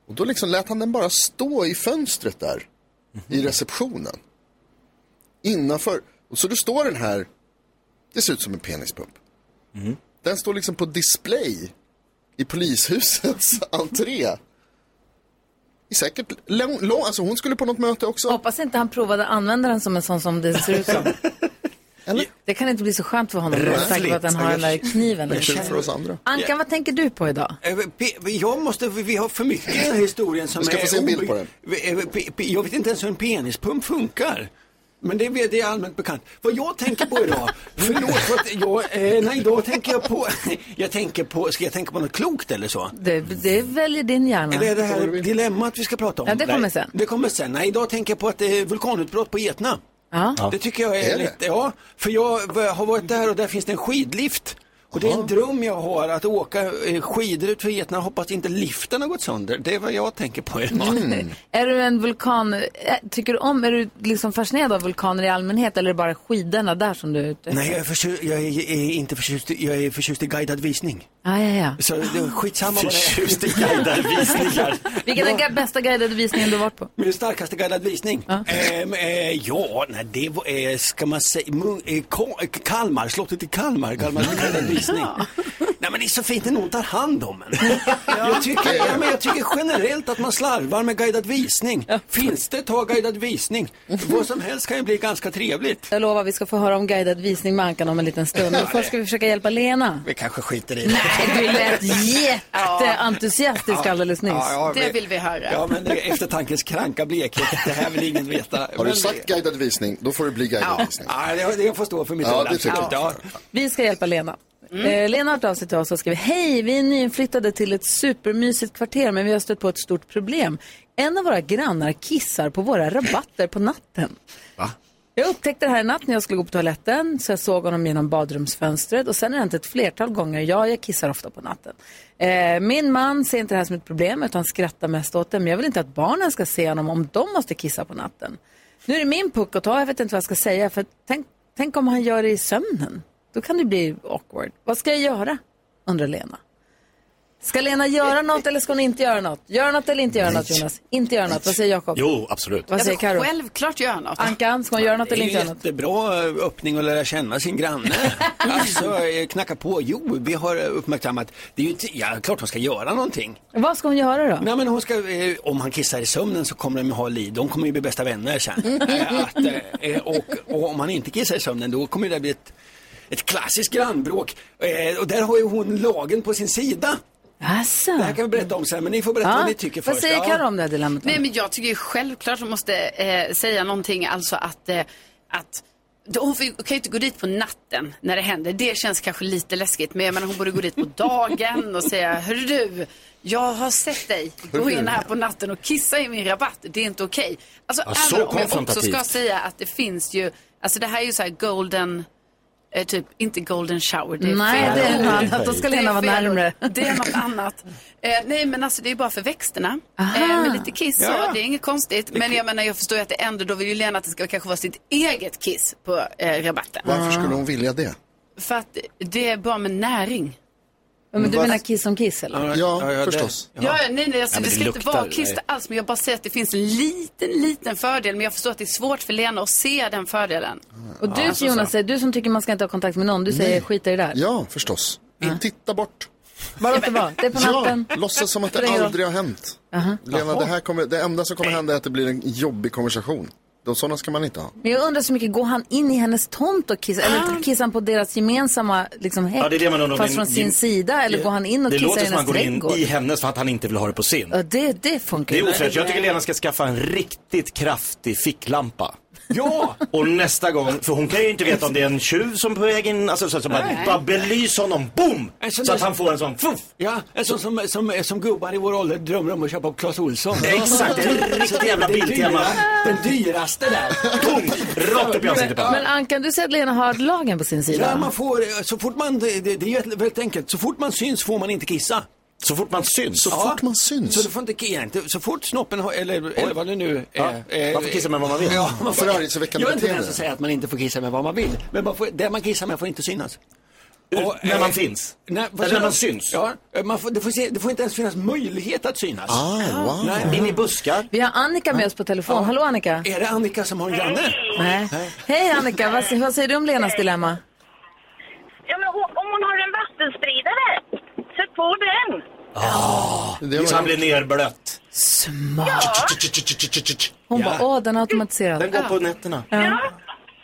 [SPEAKER 2] Och då liksom lät han den bara stå i fönstret där. I receptionen. Innanför. Och så då står den här. Det ser ut som en penispump. Den står liksom på display. I polishusets entré. I säkert lång, lång, alltså hon skulle på något möte också.
[SPEAKER 1] Hoppas inte han provade att använda den som en sån som det ser ut som. Det kan inte bli så skönt för honom. Jag är säker på att han har den där kniven.
[SPEAKER 12] Det känns för oss andra.
[SPEAKER 1] Ankan, vad tänker du på idag?
[SPEAKER 12] Eh, P- Jag måste, vi har för mycket i den här historien som
[SPEAKER 2] Vi ska
[SPEAKER 12] är
[SPEAKER 2] få se en bild på
[SPEAKER 12] obe- Eh, p- p- Jag vet inte ens hur en penispump funkar. Men det, vet- det är allmänt bekant. Vad jag tänker på idag, förlåt för att jag, eh, nej idag tänker jag på, jag tänker på, ska jag tänka på något klokt eller så?
[SPEAKER 1] Det, det väljer din hjärna.
[SPEAKER 12] Eller är det här dilemmat vi ska prata om?
[SPEAKER 1] Ja, det kommer sen.
[SPEAKER 12] Det kommer sen. Nej, idag tänker jag på att det är vulkanutbrott på Getna.
[SPEAKER 1] Ja.
[SPEAKER 12] Det tycker jag är,
[SPEAKER 1] Är det?
[SPEAKER 12] lite, ja, för jag v- har varit där och där finns det en skidlift. Och det är en dröm jag har att åka eh, skidor ut för Getna och hoppas inte liften har gått sönder. Det är vad jag tänker på idag.
[SPEAKER 1] Mm. Är du en vulkan, eh, tycker du om, är du liksom fascinerad av vulkaner i allmänhet eller är det bara skidorna där som du är ute
[SPEAKER 12] Nej, jag är, förtjust, jag, är, är inte förtjust, i- jag är förtjust i guidad visning.
[SPEAKER 1] Ja, ja, ja.
[SPEAKER 12] Så det är skitsamma vad det är.
[SPEAKER 4] Förtjust i guidade visningar.
[SPEAKER 1] Vilken är den bästa guidade visningen du varit på?
[SPEAKER 12] Min starkaste guidad visning? Ja, eh, ja nej, det var, eh, ska man säga, Mung- eh, Ka- eh, Kalmar, slottet i Kalmar, Kalmar
[SPEAKER 1] Mm.
[SPEAKER 12] guidad visning. Nej men det är så fint när någon tar hand om en. Jag, tycker, ja, men jag tycker generellt att man slarvar med guidad visning. Finns det, ta guidad visning. Vad som helst kan ju bli ganska trevligt.
[SPEAKER 1] Jag lovar, vi ska få höra om guidad visning med Ankan om en liten stund. Men först ska vi försöka hjälpa Lena.
[SPEAKER 12] Vi kanske skiter i det.
[SPEAKER 1] Du lät jätteentusiastisk alldeles nyss.
[SPEAKER 12] Ja, ja,
[SPEAKER 3] Det vill vi höra.
[SPEAKER 12] Ja men det är eftertankens kranka blekhet, det här vill ingen veta.
[SPEAKER 2] Har
[SPEAKER 12] Men
[SPEAKER 2] du sagt guidad visning, då får det bli guidad visning.
[SPEAKER 12] Ja, det, det får stå för mitt
[SPEAKER 2] Ja,
[SPEAKER 12] ord,
[SPEAKER 2] det tycker
[SPEAKER 12] absolut.
[SPEAKER 2] jag.
[SPEAKER 1] Vi ska hjälpa Lena.
[SPEAKER 12] Mm.
[SPEAKER 1] Eh, Lena har hört av sig till oss och skrivit Hej, vi är nyinflyttade till ett supermysigt kvarter men vi har stött på ett stort problem. En av våra grannar kissar på våra rabatter på natten. Jag upptäckte det här i natt när jag skulle gå på toaletten så jag såg honom genom badrumsfönstret och sen har det hänt ett flertal gånger. Ja, jag kissar ofta på natten. Eh, min man ser inte det här som ett problem utan skrattar mest åt det men jag vill inte att barnen ska se honom om de måste kissa på natten. Nu är det min puck att ta, jag vet inte vad jag ska säga för tänk, tänk om han gör det i sömnen. Då kan det bli awkward. Vad ska jag göra? undrar Lena. Ska Lena göra något eller ska hon inte göra något? Göra något eller inte göra något Jonas? Inte göra något. Vad säger Jakob?
[SPEAKER 4] Jo, absolut.
[SPEAKER 1] Vad
[SPEAKER 12] Alltså,
[SPEAKER 1] säger Karo?
[SPEAKER 3] Självklart gör något.
[SPEAKER 1] Ankan, ska hon göra något
[SPEAKER 12] Det
[SPEAKER 1] eller
[SPEAKER 12] är
[SPEAKER 1] inte
[SPEAKER 12] ju
[SPEAKER 1] göra något?
[SPEAKER 12] jättebra eh, öppning att lära känna sin granne. Alltså, eh, knacka på. Jo, vi har eh, uppmärksammat. Det är ju, t- ja, klart hon ska göra någonting.
[SPEAKER 1] Vad ska hon göra då?
[SPEAKER 12] Nej, men hon ska, eh, om han kissar i sömnen så kommer de ju ha liv. De kommer ju bli bästa vänner sen. Eh, att, eh, och, och om han inte kissar i sömnen då kommer det bli ett, ett klassiskt grannbråk. Eh, och där har ju hon lagen på sin sida.
[SPEAKER 1] Asså.
[SPEAKER 12] Det här kan vi berätta om sen, men ni får berätta vad ni tycker först. Ja.
[SPEAKER 1] det här dilemmat?
[SPEAKER 3] Nej, men jag tycker ju självklart hon måste eh, säga någonting, alltså att, eh, att då- hon får ju- kan ju inte gå dit på natten när det händer. Det känns kanske lite läskigt, men jag menar, hon borde gå dit på dagen och säga, hörru du, jag har sett dig gå in här på natten och kissa i min rabatt. Det är inte okej. Alltså,
[SPEAKER 4] Ja, så
[SPEAKER 3] även om jag också
[SPEAKER 4] konfrontativt.
[SPEAKER 3] ska säga att det finns ju, alltså det här är ju så här golden, eh, typ, inte golden shower, det är
[SPEAKER 1] Nej,
[SPEAKER 3] fel
[SPEAKER 1] det är
[SPEAKER 3] ord.
[SPEAKER 1] något annat. Då ska
[SPEAKER 3] Det är
[SPEAKER 1] Lena vara
[SPEAKER 3] fel ord.
[SPEAKER 1] närmare.
[SPEAKER 3] Det är något annat. Eh, nej, men alltså det är bara för växterna.
[SPEAKER 1] Aha.
[SPEAKER 3] Eh, med lite kiss,
[SPEAKER 1] Ja.
[SPEAKER 3] ja. det är inget konstigt. Men jag menar, jag förstår ju att det ändå, då vill ju Lena att det ska kanske vara sitt eget kiss på eh, rabatten.
[SPEAKER 1] Ah.
[SPEAKER 2] Varför skulle hon vilja det?
[SPEAKER 3] För att det är bra med näring.
[SPEAKER 1] Men du
[SPEAKER 2] Vad-
[SPEAKER 1] menar kiss som kiss eller?
[SPEAKER 2] Ja, förstås.
[SPEAKER 3] Ja, ja, nej, nej, alltså,
[SPEAKER 2] Ja, men
[SPEAKER 3] det
[SPEAKER 2] det
[SPEAKER 3] ska inte
[SPEAKER 2] luktar-
[SPEAKER 3] vara kiss
[SPEAKER 2] nej.
[SPEAKER 3] alls, men jag bara säger att det finns en liten, liten fördel. Men jag förstår att det är svårt för Lena att se den fördelen.
[SPEAKER 1] Och du
[SPEAKER 3] alltså
[SPEAKER 2] alltså,
[SPEAKER 1] Jonas, säger, du som tycker man ska inte ha kontakt med någon, du säger
[SPEAKER 2] Nej.
[SPEAKER 1] skita i det där.
[SPEAKER 2] Ja, förstås. Titta bort.
[SPEAKER 1] Bara låt det vara. Det är på natten.
[SPEAKER 2] Ja, låtsas som att
[SPEAKER 1] Spelar
[SPEAKER 2] det
[SPEAKER 1] ingen
[SPEAKER 2] aldrig har hänt.
[SPEAKER 1] Aha.
[SPEAKER 2] Lena,
[SPEAKER 1] Jaha.
[SPEAKER 2] det, här kommer, det enda som kommer hända är att det blir en jobbig konversation. De sådana ska man inte ha.
[SPEAKER 1] Men jag undrar så mycket, går han in i hennes tomt och kissar?
[SPEAKER 2] Ah.
[SPEAKER 1] Eller kissar han på deras gemensamma liksom, häck?
[SPEAKER 4] Ja, det är det man undrar om
[SPEAKER 1] Fast
[SPEAKER 4] en-
[SPEAKER 1] från sin sida? Eller går han in och
[SPEAKER 4] Det
[SPEAKER 1] kissar
[SPEAKER 4] låter
[SPEAKER 1] i
[SPEAKER 4] som att han
[SPEAKER 1] hennes
[SPEAKER 4] går in
[SPEAKER 1] trädgård?
[SPEAKER 4] i hennes för att han inte vill ha det på sin.
[SPEAKER 1] Ja, det, det funkar
[SPEAKER 4] Det är
[SPEAKER 1] ju.
[SPEAKER 4] ofräscht. Jag tycker Lena ska skaffa en riktigt kraftig ficklampa.
[SPEAKER 12] Ja!
[SPEAKER 4] Och nästa gång, för hon kan ju inte veta om det är en tjuv som är på väg in, alltså så, så bara,
[SPEAKER 12] Nej.
[SPEAKER 4] bara belys honom, boom! Så att han får en sån, fuff!
[SPEAKER 12] Ja, en sån som, som, som gubbar i vår ålder drömmer om att köpa på Clas Ohlson.
[SPEAKER 4] Exakt, en riktig
[SPEAKER 12] Så det-
[SPEAKER 4] jävla
[SPEAKER 12] det dyra-
[SPEAKER 4] Biltema.
[SPEAKER 12] Den dyraste där.
[SPEAKER 4] Rakt upp i
[SPEAKER 12] ansiktet på
[SPEAKER 1] Men alltså- Ankan, du säger att Lena har lagen på sin sida.
[SPEAKER 12] Ja, man får, så fort man, det, det det är ju ett- väldigt enkelt, så fort man syns får man inte kissa.
[SPEAKER 4] Så fort man syns?
[SPEAKER 2] Så fort man syns?
[SPEAKER 12] Så, du får inte, ki- inte, så fort snoppen har, eller, eller vad det nu är. eh,
[SPEAKER 4] Ja, man får kissa med vad man vill.
[SPEAKER 12] Ja, man får,
[SPEAKER 4] Förargelseväckande
[SPEAKER 12] jag är inte den
[SPEAKER 4] beteende.
[SPEAKER 12] som säger att man inte får kissa med vad man vill. Men man får, det man kissar med får inte synas.
[SPEAKER 4] när
[SPEAKER 12] eh,
[SPEAKER 4] man finns?
[SPEAKER 12] Nej, vad
[SPEAKER 4] Eller när
[SPEAKER 12] sa
[SPEAKER 4] man
[SPEAKER 12] du?
[SPEAKER 4] syns?
[SPEAKER 12] Ja, eh, man får, det, får se, det får inte ens finnas möjlighet att synas.
[SPEAKER 4] Ah, wow.
[SPEAKER 12] Nej.
[SPEAKER 4] In i buskar.
[SPEAKER 1] Vi har Annika med oss på telefon. Hallå Annika.
[SPEAKER 12] Är det Annika som har en granne?
[SPEAKER 1] Nej. Hej Annika, vad, vad säger du om Lenas dilemma?
[SPEAKER 13] Ja, men hon- om hon har en vattenspridare, sätt på den.
[SPEAKER 4] Så han blir nerblött.
[SPEAKER 1] Smart. Hon
[SPEAKER 4] Ja.
[SPEAKER 1] bara, åh den är automatiserad.
[SPEAKER 4] Den går på nätterna.
[SPEAKER 1] Ja.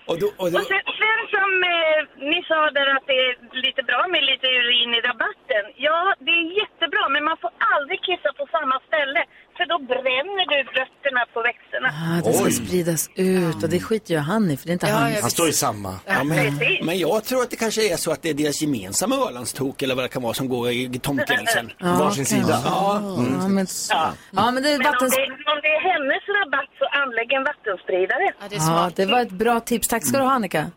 [SPEAKER 12] Och då, och
[SPEAKER 13] Och sen, sen som eh, ni sa där att det är lite bra med lite urin i rabatten. Ja, det är jättebra, men man får aldrig kissa på samma ställe. För då bränner du rötterna på växterna.
[SPEAKER 1] Ah, det ska
[SPEAKER 12] Oj.
[SPEAKER 1] spridas ut och det skiter ju han i för det är inte
[SPEAKER 4] Mm.
[SPEAKER 1] hans.
[SPEAKER 12] i samma.
[SPEAKER 13] Ja,
[SPEAKER 12] men,
[SPEAKER 13] precis.
[SPEAKER 12] men jag tror att det kanske är så att det är deras gemensamma Ölandstok eller vad det kan vara som går i i tomtgränsen.
[SPEAKER 1] Ja, kanske.
[SPEAKER 12] Ja. Mm.
[SPEAKER 1] Ja,
[SPEAKER 4] Mm.
[SPEAKER 1] men, ja. men det är
[SPEAKER 13] Men om
[SPEAKER 1] vattens...
[SPEAKER 13] det, om det är hennes rabatt så anlägg en vattenspridare. Ja,
[SPEAKER 1] Ja, det var ett bra tips. Tack ska du ha Annika.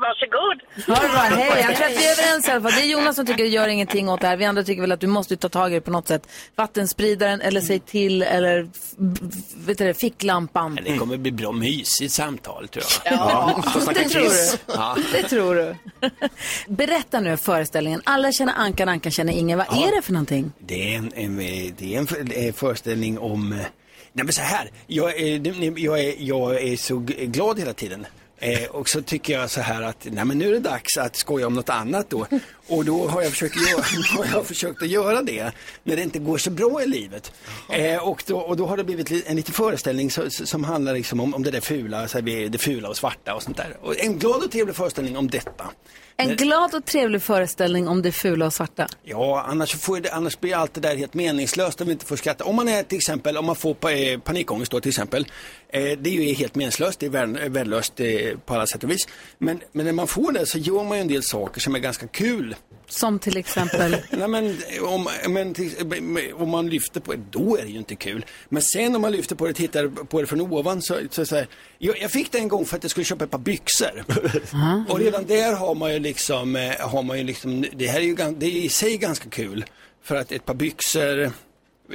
[SPEAKER 13] Varsågod.
[SPEAKER 1] Ha det bra, hej. Jag tror att vi är överens i alla fall. Det är Jonas som tycker det gör ingenting åt det här. Vi andra tycker väl att du måste ta tag i det på något sätt. Vattenspridaren eller säg till eller f- f- vet du det, ficklampan.
[SPEAKER 12] Det kommer bli bra mysigt samtal tror jag.
[SPEAKER 1] Ja,
[SPEAKER 12] Får snacka
[SPEAKER 1] det tror
[SPEAKER 12] kiss.
[SPEAKER 1] du.
[SPEAKER 12] Ja.
[SPEAKER 1] Det tror du. Berätta nu föreställningen. Alla känner Ankan, Ankan känner Inger. Vad är det för någonting?
[SPEAKER 12] Det är en, en, eh, det är en för- eh, föreställning om, eh, nej men så här, jag är, det- ni- jag är, jag är så g- glad hela tiden. Eh, och så tycker jag så här att, nej men nu är det dags att skoja om något annat då. Och då har jag försökt, göra, har jag försökt att göra det när det inte går så bra i livet. Eh, och, då, och då har det blivit li- en liten föreställning så, så- som handlar liksom om, om det där fula, så här, vi- det fula och svarta och sånt där. Och en glad och trevlig föreställning om detta.
[SPEAKER 1] En glad och trevlig föreställning om det fula och svarta.
[SPEAKER 12] Ja, annars, får det, annars blir allt det där helt meningslöst om vi inte får skratta. Om man är till exempel, om man får pa- eh, panikångest då till exempel. Eh, det är ju helt meningslöst, det är värn- eh, värdelöst eh, på alla sätt och vis. Men, men när man får det så gör man ju en del saker som är ganska kul.
[SPEAKER 1] Som till exempel?
[SPEAKER 12] Nej, men, eh, om, men, till- eh, men om man lyfter på det, då är det ju inte kul. Men sen om man lyfter på det och tittar på det från ovan så, så, så här, jag, jag fick det en gång för att jag skulle köpa ett par byxor. Och redan där har man ju liksom, eh, har man ju liksom det här är ju gan- det är i sig ganska kul. För att ett par byxor,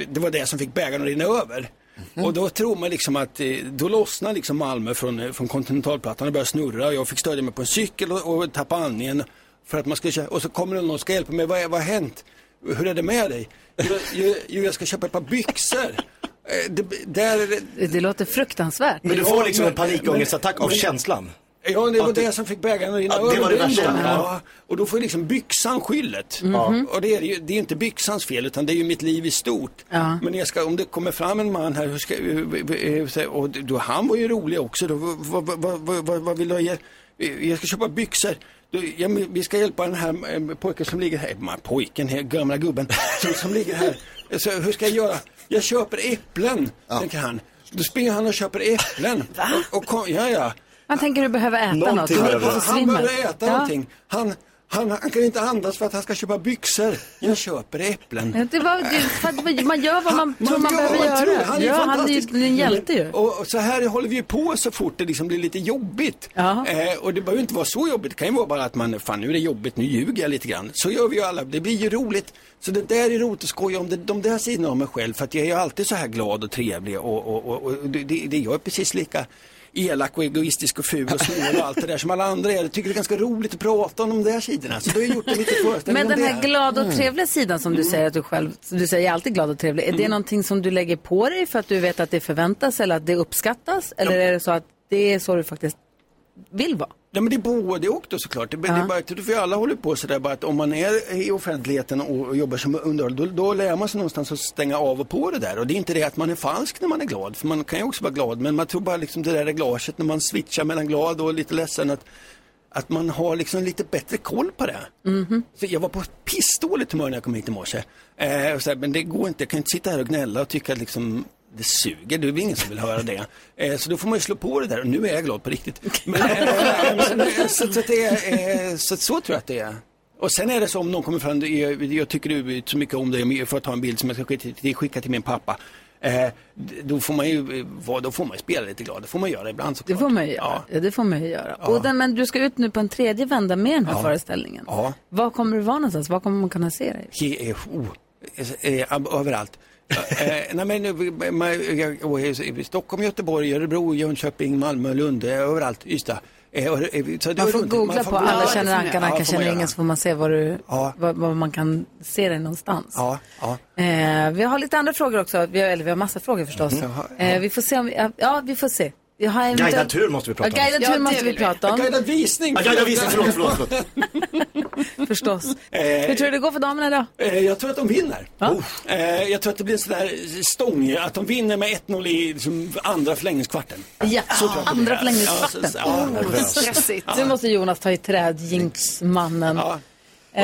[SPEAKER 12] det var det som fick bägaren att rinna över.
[SPEAKER 1] Mhm.
[SPEAKER 12] Och då tror man liksom att, eh, då lossnar liksom Malmö från, eh, från kontinentalplattan och börjar snurra. Jag fick stödja mig på en cykel och, och tappa andningen. För att man ska, kö- och så kommer det någon och ska hjälpa mig, vad, är- vad har hänt? Hur är det med dig? Jo, Jo, jo, jag ska köpa ett par byxor. Eh, Det, där,
[SPEAKER 1] Det låter fruktansvärt.
[SPEAKER 4] Men du får liksom en panikångestattack av
[SPEAKER 12] Men-
[SPEAKER 4] känslan.
[SPEAKER 12] Ja, det var det som fick bägaren att rinna
[SPEAKER 4] Ja, det var det
[SPEAKER 12] över.
[SPEAKER 4] värsta.
[SPEAKER 12] Ja, och då får ju liksom byxan skyllet.
[SPEAKER 4] Mhm.
[SPEAKER 12] Och det är, ju, det är inte byxans fel utan det är ju mitt liv i stort.
[SPEAKER 1] Ja.
[SPEAKER 12] Men jag ska, om det kommer fram en man här, hur ska, eh, eh, och då, han var ju rolig också, då, vad, vad, vad, vad, vad vill du ha hjälp? Eh, Jag ska köpa byxor. Då, ja, men vi ska hjälpa den här eh, pojken som ligger här, man, pojken, här, gamla gubben, som, som ligger här. Så, hur ska jag göra? Jag köper äpplen, tänker han. Då springer han och köper äpplen. Och, och kom, ja, ja.
[SPEAKER 1] Man tänker du behöver äta något. Du håller på
[SPEAKER 12] Han,
[SPEAKER 1] att
[SPEAKER 12] han
[SPEAKER 1] försvimma.
[SPEAKER 12] behöver äta någonting. Han, han, han kan inte andas för att han ska köpa byxor. Jag köper äpplen.
[SPEAKER 1] Ja, det var, det, för att man gör vad man tror man
[SPEAKER 12] gör
[SPEAKER 1] behöver
[SPEAKER 12] vad man tror.
[SPEAKER 1] göra.
[SPEAKER 12] Han är ju
[SPEAKER 1] ja, han är
[SPEAKER 12] fantastisk.
[SPEAKER 1] ju en hjälte ju.
[SPEAKER 12] Och, och så här håller vi ju på så fort det liksom blir lite jobbigt. Eh, och det behöver ju inte vara så jobbigt. Det kan ju vara bara att man, fan nu är det jobbigt, nu ljuger jag lite grann. Så gör vi ju alla, det blir ju roligt. Så det där är roligt att skoja om, det, de där sidorna av mig själv. För att jag är ju alltid så här glad och trevlig och, och, och, och det, det, det- jag är precis lika elak och egoistisk och ful och snål och allt det där som alla andra är. Jag tycker det är ganska roligt att prata om de där sidorna. Så då har jag gjort en liten föreställning
[SPEAKER 1] Men den
[SPEAKER 12] om Mm. det. Mm.
[SPEAKER 1] här glada och trevliga sidan som du säger att du själv, du säger alltid glad och trevlig. Är
[SPEAKER 12] Mm.
[SPEAKER 1] det någonting som du lägger på dig för att du vet att det förväntas eller att det uppskattas? Eller är det så att det är så du faktiskt vill vara?
[SPEAKER 12] Ja men det är både och då såklart. Det, det är bara, för alla håller på sådär bara att om man är i offentligheten och och jobbar som underhåll då, då lär man sig någonstans att stänga av och på det där. Och det är inte det att man är falsk när man är glad, för man kan ju också vara glad. Men man tror bara liksom det där reglaget när man switchar mellan glad och lite ledsen att, att man har liksom lite bättre koll på det.
[SPEAKER 1] Mhm.
[SPEAKER 12] Så jag var på pissdåligt humör när jag kom hit i morse. Eh, och så här, men det går inte, jag kan inte sitta här och gnälla och tycka liksom det suger, det är väl ingen som vill höra det. Eh, så då får man ju slå på det där och nu är jag glad på riktigt. Men, eh, så, så, att det är, eh, så, så tror jag att det är. Och sen är det så om någon kommer fram, jag, jag tycker du så mycket om dig, men jag får ta en bild som jag ska skicka till, skicka till min pappa. Eh, d- då får man ju, eh, vara- då får man ju spela lite glad, det får man göra ibland såklart.
[SPEAKER 1] Det får man ju göra. Ja. Det får man ju göra. Och den, men du ska ut nu på en tredje vända med den här
[SPEAKER 12] Ja.
[SPEAKER 1] föreställningen.
[SPEAKER 12] Ja.
[SPEAKER 1] Var kommer du vara någonstans? Var kommer man kunna se dig?
[SPEAKER 12] He, eh, oh, eh, ab- överallt. eh, nej men, eh, man, jag, och, eh, Stockholm, Göteborg, Örebro, Jönköping, Malmö, Lund, eh, överallt, Ystad. Eh, och, eh, så det
[SPEAKER 1] Man
[SPEAKER 12] är
[SPEAKER 1] får
[SPEAKER 12] runt.
[SPEAKER 1] googla
[SPEAKER 12] Man får
[SPEAKER 1] på alla
[SPEAKER 12] googla.
[SPEAKER 1] känner Ankan,
[SPEAKER 12] Ja,
[SPEAKER 1] Ankan
[SPEAKER 12] får man
[SPEAKER 1] känner
[SPEAKER 12] göra.
[SPEAKER 1] ingen så får man se var, du, var, var man kan se dig någonstans.
[SPEAKER 12] Ja, ja.
[SPEAKER 1] Eh, vi har lite andra frågor också, vi har, eller vi har massa frågor förstås. Eh, vi får se om, vi- ja vi får se. Jag har eventuellt-
[SPEAKER 4] Guidad tur måste vi prata om.
[SPEAKER 1] Ja, guidad
[SPEAKER 4] Ja,
[SPEAKER 1] tur
[SPEAKER 4] det
[SPEAKER 1] måste vi,
[SPEAKER 4] vill vi.
[SPEAKER 1] prata om.
[SPEAKER 12] Guidad visning!
[SPEAKER 4] Ja, guidad visning, förlåt, förlåt, förlåt.
[SPEAKER 1] Förstås. Hur tror du det går för damerna idag?
[SPEAKER 12] Eh, Jag tror att de vinner. Eh, Jag tror att det blir en sån där stång, att de vinner med 1-0 i liksom, andra förlängningskvarten.
[SPEAKER 1] Ja,
[SPEAKER 12] Så tror jag att det
[SPEAKER 1] andra
[SPEAKER 12] blir.
[SPEAKER 1] förlängningskvarten.
[SPEAKER 12] Ja, så- så- ja,
[SPEAKER 1] oh,
[SPEAKER 12] nervöst.
[SPEAKER 1] stressigt.
[SPEAKER 12] Ja.
[SPEAKER 1] Nu måste Jonas ta i trädjinksmannen. Eh,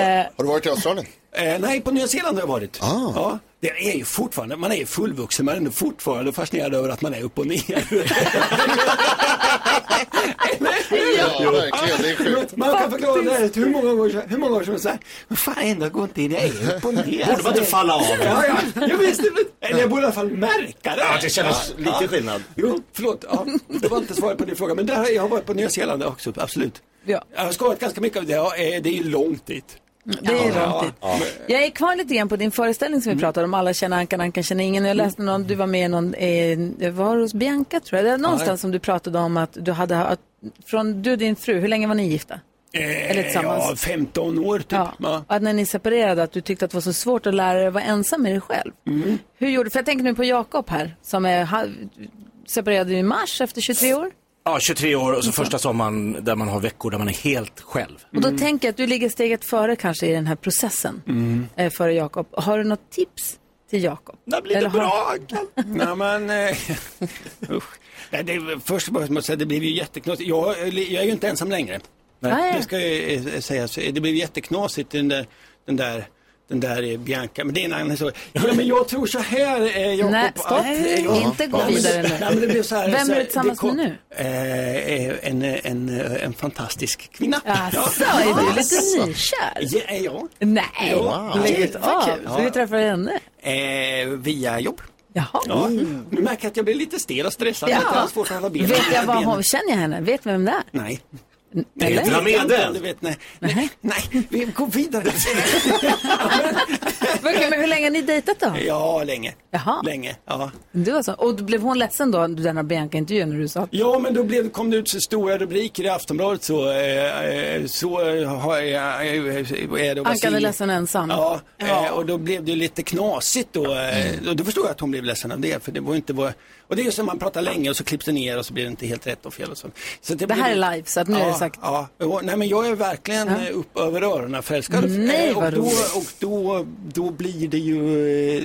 [SPEAKER 12] Har du varit i Australien? Ah. Eh, nej, på Nya Zeeland har jag varit. Ja, det är ju fortfarande, man är ju fullvuxen, man är ändå fortfarande fascinerad över att man är upp och ner.
[SPEAKER 2] Ja, verkligen. Det är sjukt.
[SPEAKER 12] Man kan förklara det här hur många gånger, som- hur många gånger som helst. så här, Vad fan, ändå går inte in, jag är upp och ner.
[SPEAKER 4] Borde man inte falla av?
[SPEAKER 12] Ja, ja, jag visste det. Eller jag borde i alla fall märka det.
[SPEAKER 4] Ja, det känns lite skillnad.
[SPEAKER 12] Jo, förlåt. Ja, det var inte svaret på din fråga, men där, har jag- jag har varit på Nya Zeeland också, absolut.
[SPEAKER 1] Ja.
[SPEAKER 12] Jag har skojat ganska mycket av det, ja, eh, det är ju långt dit.
[SPEAKER 1] Det är långt dit.
[SPEAKER 12] Ja.
[SPEAKER 1] Jag är kvar lite grann på din föreställning som vi pratade om. Alla känner Ankan, Ankan känner ingen. Jag läste någon, du var med i någon, eh, var hos Bianca tror jag. Det var någonstans som du pratade om att du hade, att, från du och din fru, hur länge var ni gifta?
[SPEAKER 12] Eh,
[SPEAKER 1] Eller tillsammans.
[SPEAKER 12] Ja, 15 år typ. Ja.
[SPEAKER 1] Att när ni separerade, att du tyckte att det var så svårt att lära dig att vara ensam med dig själv.
[SPEAKER 12] Mm.
[SPEAKER 1] Hur gjorde du? För jag tänker nu på Jakob här, som är, ha, separerade i mars efter 23 år.
[SPEAKER 4] Ja, 23 år
[SPEAKER 1] Mm.
[SPEAKER 4] och så första sommaren där man har veckor där man är helt själv.
[SPEAKER 1] Och då tänker jag att du ligger steget före kanske i den här processen,
[SPEAKER 4] Mm.
[SPEAKER 1] eh, före Jakob. Har du något tips till Jakob? Eller har-
[SPEAKER 12] Nej men, eh, usch. Nej, det, är- först och främst måste jag säga, det blev ju jätteknasigt. Jag, jag är ju inte ensam längre.
[SPEAKER 1] Nej.
[SPEAKER 12] Det ska jag eh, säga, Så det blev jätteknasigt den där, den där den där eh, Bianca, men det är en annan historia. Ja, men jag tror så här, eh, Jakob.
[SPEAKER 1] Nej, stopp.
[SPEAKER 12] att, eh, jag-
[SPEAKER 1] Inte gå
[SPEAKER 12] Nej, men-
[SPEAKER 1] vidare nu.
[SPEAKER 12] Nej, men det blev så här,
[SPEAKER 1] Vem är
[SPEAKER 12] så här,
[SPEAKER 1] du tillsammans
[SPEAKER 12] det kom-
[SPEAKER 1] med nu?
[SPEAKER 12] Eh, eh, en, eh, en, eh, en fantastisk kvinna.
[SPEAKER 1] Jaså, är du lite nykär?
[SPEAKER 12] Ja, ja.
[SPEAKER 1] Nej,
[SPEAKER 12] Ja.
[SPEAKER 1] lägg
[SPEAKER 12] Ja,
[SPEAKER 1] av.
[SPEAKER 12] vad kul.
[SPEAKER 1] Så du träffar henne?
[SPEAKER 12] Eh, via jobb.
[SPEAKER 1] Jaha.
[SPEAKER 12] Ja. Mm. Nu märker jag att jag blir lite stel och stressad.
[SPEAKER 1] Ja.
[SPEAKER 12] Jag har svårt att hålla benen.
[SPEAKER 1] Vet jag vad
[SPEAKER 12] Benen.
[SPEAKER 1] hon, känner jag henne? Vet vem det är?
[SPEAKER 12] Nej.
[SPEAKER 1] Eller?
[SPEAKER 12] det vet jag inte, det vet- Nej, nej, nej, vi går vidare.
[SPEAKER 1] Okej, men hur länge har ni dejtat då?
[SPEAKER 12] Ja, länge.
[SPEAKER 1] Jaha.
[SPEAKER 12] Länge, ja.
[SPEAKER 1] Du alltså. Och då blev hon ledsen då, den här Bianca-intervjun, när du sa att
[SPEAKER 12] Ja, men då blev, kom det ut så stora rubriker i Aftonbladet så, eh, eh, så eh, har jag, eh, är det att vara
[SPEAKER 1] Ankan är
[SPEAKER 12] singel.
[SPEAKER 1] ledsen ensam?
[SPEAKER 12] Ja, eh, och då blev det ju lite knasigt då. eh,
[SPEAKER 1] Mm.
[SPEAKER 12] Och då förstår jag att hon blev ledsen av det. För det var ju inte vad... Och det är ju som man pratar länge och så klipps det ner och så blir det inte helt rätt och fel och så. så
[SPEAKER 1] Det här
[SPEAKER 12] blev-
[SPEAKER 1] är live, så att nu är det sagt.
[SPEAKER 12] Ja, och, nej men jag är verkligen eh, upp över öronen förälskad.
[SPEAKER 1] Nej,
[SPEAKER 12] Eh, och
[SPEAKER 1] vad
[SPEAKER 12] då,
[SPEAKER 1] roligt.
[SPEAKER 12] och då, då blir det ju... eh,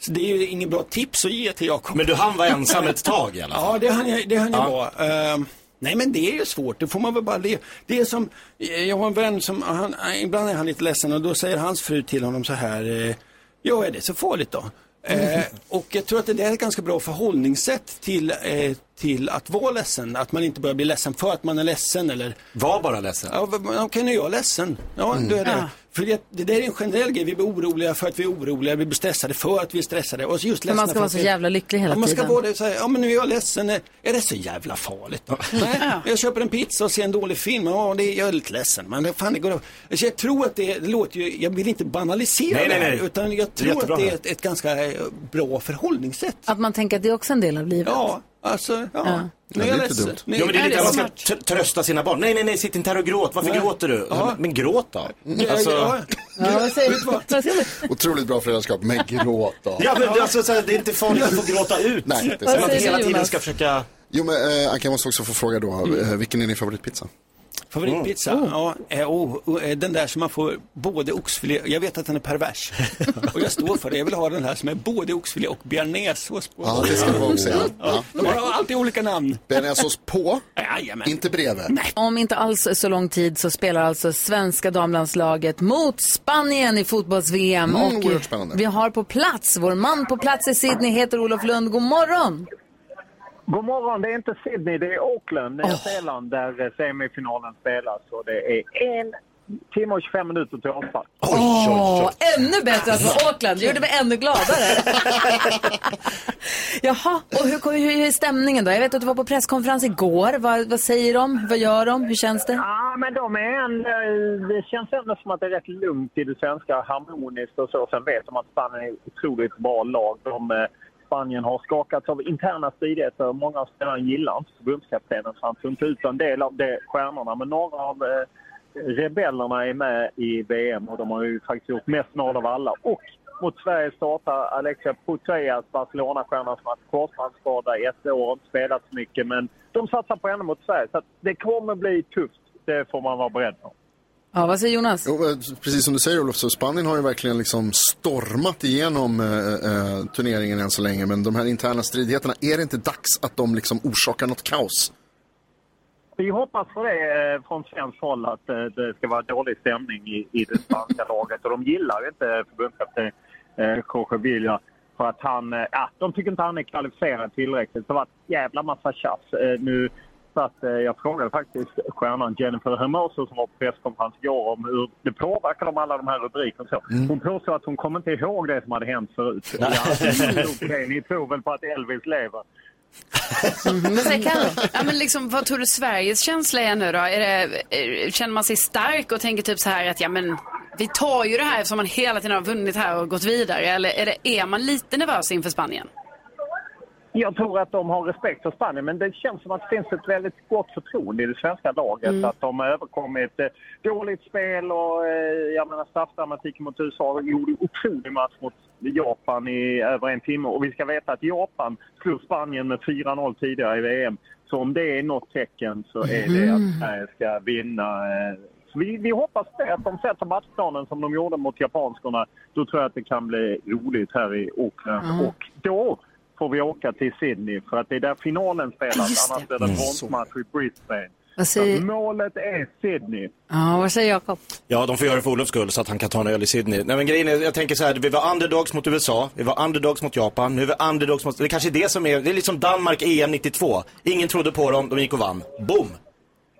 [SPEAKER 12] Så det är ju inget bra tips att ge till Jakob.
[SPEAKER 4] Men du hann vara ensam ett tag i alla fall.
[SPEAKER 12] Ja, det hann jag, det hann
[SPEAKER 4] Ja.
[SPEAKER 12] jag vara. Ehm, nej, men det är ju svårt. Det får man väl bara le. Det är som, eh, jag har en vän som, han, eh, ibland är han lite ledsen och då säger hans fru till honom så här, eh, ja är det så farligt då?
[SPEAKER 4] Mm.
[SPEAKER 12] Eh, och jag tror att det där är ett ganska bra förhållningssätt till, eh, till att vara ledsen. Att man inte börjar bli ledsen för att man är ledsen eller...
[SPEAKER 4] Var bara ledsen. Mm.
[SPEAKER 12] Ja, v- okej nu är jag ledsen. Ja, då är det.
[SPEAKER 1] Ja.
[SPEAKER 12] För det, det där är en generell grej. Vi blir oroliga för att vi är oroliga. Vi blir stressade för att vi är stressade. Och så just
[SPEAKER 1] För man
[SPEAKER 12] ledsna
[SPEAKER 1] ska
[SPEAKER 12] för
[SPEAKER 1] vara
[SPEAKER 12] att
[SPEAKER 1] så
[SPEAKER 12] vi-
[SPEAKER 1] jävla lycklig hela
[SPEAKER 12] ja, man ska
[SPEAKER 1] tiden.
[SPEAKER 12] vara det så här, ja men nu är jag ledsen, är är det så jävla farligt då? Nej, jag köper en pizza och ser en dålig film, ja det, jag är lite ledsen, men det, fan det går av. Så jag tror att det, det låter ju, jag vill inte banalisera
[SPEAKER 4] Nej, nej,
[SPEAKER 12] det här,
[SPEAKER 4] nej.
[SPEAKER 12] utan jag
[SPEAKER 4] Det är
[SPEAKER 12] tror
[SPEAKER 4] jättebra
[SPEAKER 12] att det
[SPEAKER 4] det.
[SPEAKER 12] är ett, ett ganska eh, bra förhållningssätt.
[SPEAKER 1] Att man tänker att det är också en del av livet.
[SPEAKER 12] Ja, alltså, ja.
[SPEAKER 1] Ja.
[SPEAKER 12] Nu är jag ledsen. Nu-
[SPEAKER 4] Ja, men det är
[SPEAKER 12] Nej,
[SPEAKER 4] lite att man ska
[SPEAKER 12] smart.
[SPEAKER 4] tr- trösta sina barn. Nej, nej, nej, sitt inte här och gråt. Varför
[SPEAKER 12] Nej.
[SPEAKER 4] gråter du?
[SPEAKER 12] Ja.
[SPEAKER 4] Men gråt då.
[SPEAKER 2] Ja,
[SPEAKER 4] Alltså...
[SPEAKER 2] ja.
[SPEAKER 1] Ja, vad säger
[SPEAKER 2] Otroligt bra föräldraskap, men gråt då.
[SPEAKER 4] Ja, men alltså, så här, det är inte farligt att få gråta ut.
[SPEAKER 2] Nej, det är
[SPEAKER 4] det är
[SPEAKER 2] sant.
[SPEAKER 4] man inte hela tiden
[SPEAKER 2] Jonas?
[SPEAKER 4] ska försöka...
[SPEAKER 2] Jo, men eh, Anka, jag måste också få fråga då,
[SPEAKER 1] Mm.
[SPEAKER 2] eh, vilken är din favoritpizza?
[SPEAKER 12] Favoritpizza? Ja, eh, oh, oh, eh, den där som man får både oxfilé, jag vet att den är pervers. och jag står för det, jag vill ha den här som är både oxfilé och bearnaisesås på.
[SPEAKER 2] Ja, alltså det ska det vara också, ja.
[SPEAKER 12] Ja, De har alltid olika namn.
[SPEAKER 2] Bearnaisesås på?
[SPEAKER 12] Eh, Jajamän.
[SPEAKER 2] Inte bredvid.
[SPEAKER 1] Om inte alls så lång tid så spelar alltså svenska damlandslaget mot Spanien i fotbolls-VM.
[SPEAKER 2] Mm, oerhört spännande.
[SPEAKER 1] vi har på plats, vår man på plats i Sydney heter Olof Lund. God morgon!
[SPEAKER 14] God morgon, det är inte Sydney, det är Auckland, Nya Zeeland, där eh, semifinalen spelas. Och det är en timme och 25 minuter till avspark.
[SPEAKER 1] Åh, ännu bättre att vara Auckland. Det gjorde mig ännu gladare. Jaha, och hur, hur, hur är stämningen då? Jag vet att du var på presskonferens igår. Vad, vad säger de? Vad gör de? Hur känns det?
[SPEAKER 14] Ja, men de är en, eh, det känns ändå som att det är rätt lugnt i det svenska, harmoniskt och så. Sen vet de att Spanien är ett otroligt bra lag. De, eh, Spanien har skakats av interna stridigheter. Många av spelarna gillar inte förbundskaptenen, så han tog inte ut en del av de stjärnorna. Men några av eh, rebellerna är med i VM och de har ju faktiskt gjort mest mål av alla. Och mot Sverige startar Alexia Putellas, Barcelona-stjärnan som har haft korsbandsskada i ett år och inte spelat så mycket. Men de satsar på henne mot Sverige, så att det kommer bli tufft. Det får man vara beredd på.
[SPEAKER 1] Ja, vad säger Jonas?
[SPEAKER 2] Jo, eh, precis som du säger Olof, så Spanien har ju verkligen liksom stormat igenom eh, eh, turneringen än så länge. Men de här interna stridigheterna, är det inte dags att de liksom orsakar något kaos?
[SPEAKER 14] Vi hoppas på det eh, från svenskt håll att eh, det ska vara dålig stämning i, i det spanska laget. Och de gillar ju inte förbundskapten eh, Jorge Vilja för att han... Eh, ja, de tycker inte han är kvalificerad tillräckligt. Det var ett jävla massa tjafs. Eh, nu satt, eh, jag frågade faktiskt stjärnan Jennifer Hermoso som var på presskonferens igår om hur det påverkar dem alla de här rubrikerna. och Så. Hon påstod att hon kommer inte ihåg det som hade hänt förut. Ja, okej, ni tror väl på att Elvis lever?
[SPEAKER 3] Vad säger Karo? Ja, men liksom, vad tror du Sveriges känsla är nu då? Är det, eh, känner man sig stark och tänker typ så här att ja men vi tar ju det här eftersom man hela tiden har vunnit här och gått vidare. Eller är, det, är man lite nervös inför Spanien?
[SPEAKER 14] Jag tror att de har respekt för Spanien, men det känns som att det finns ett väldigt gott förtroende i det svenska laget.
[SPEAKER 15] Mm.
[SPEAKER 14] Att de har överkommit eh, dåligt spel och eh, jag menar straffdramatiken mot USA gjorde en otrolig match mot Japan i över en timme. Och vi ska veta att Japan slog Spanien med 4-0 tidigare i VM. Så om det är något tecken så är det
[SPEAKER 15] Mm.
[SPEAKER 14] att Sverige ska vinna. eh. Så vi, vi hoppas det, att de sätter matchplanen som de gjorde mot japanskorna. Då tror jag att det kan bli roligt här i Auckland.
[SPEAKER 15] Mm.
[SPEAKER 14] Och då får vi åka till Sydney för att det är där finalen spelas. Annars blir det
[SPEAKER 4] Mm.
[SPEAKER 14] bronsmatch i Brisbane.
[SPEAKER 1] Vad säger-
[SPEAKER 14] Så att Målet är Sydney.
[SPEAKER 1] Ja, vad säger Jakob?
[SPEAKER 4] Ja, de får göra det för Olofs skull så att han kan ta en öl i Sydney. Nej men grejen är, jag tänker så här, vi var underdogs mot USA, vi var underdogs mot Japan, nu är vi underdogs mot... Det kanske är det som är, det är liksom Danmark EM 92. Ingen trodde på dem, de gick och vann. Boom!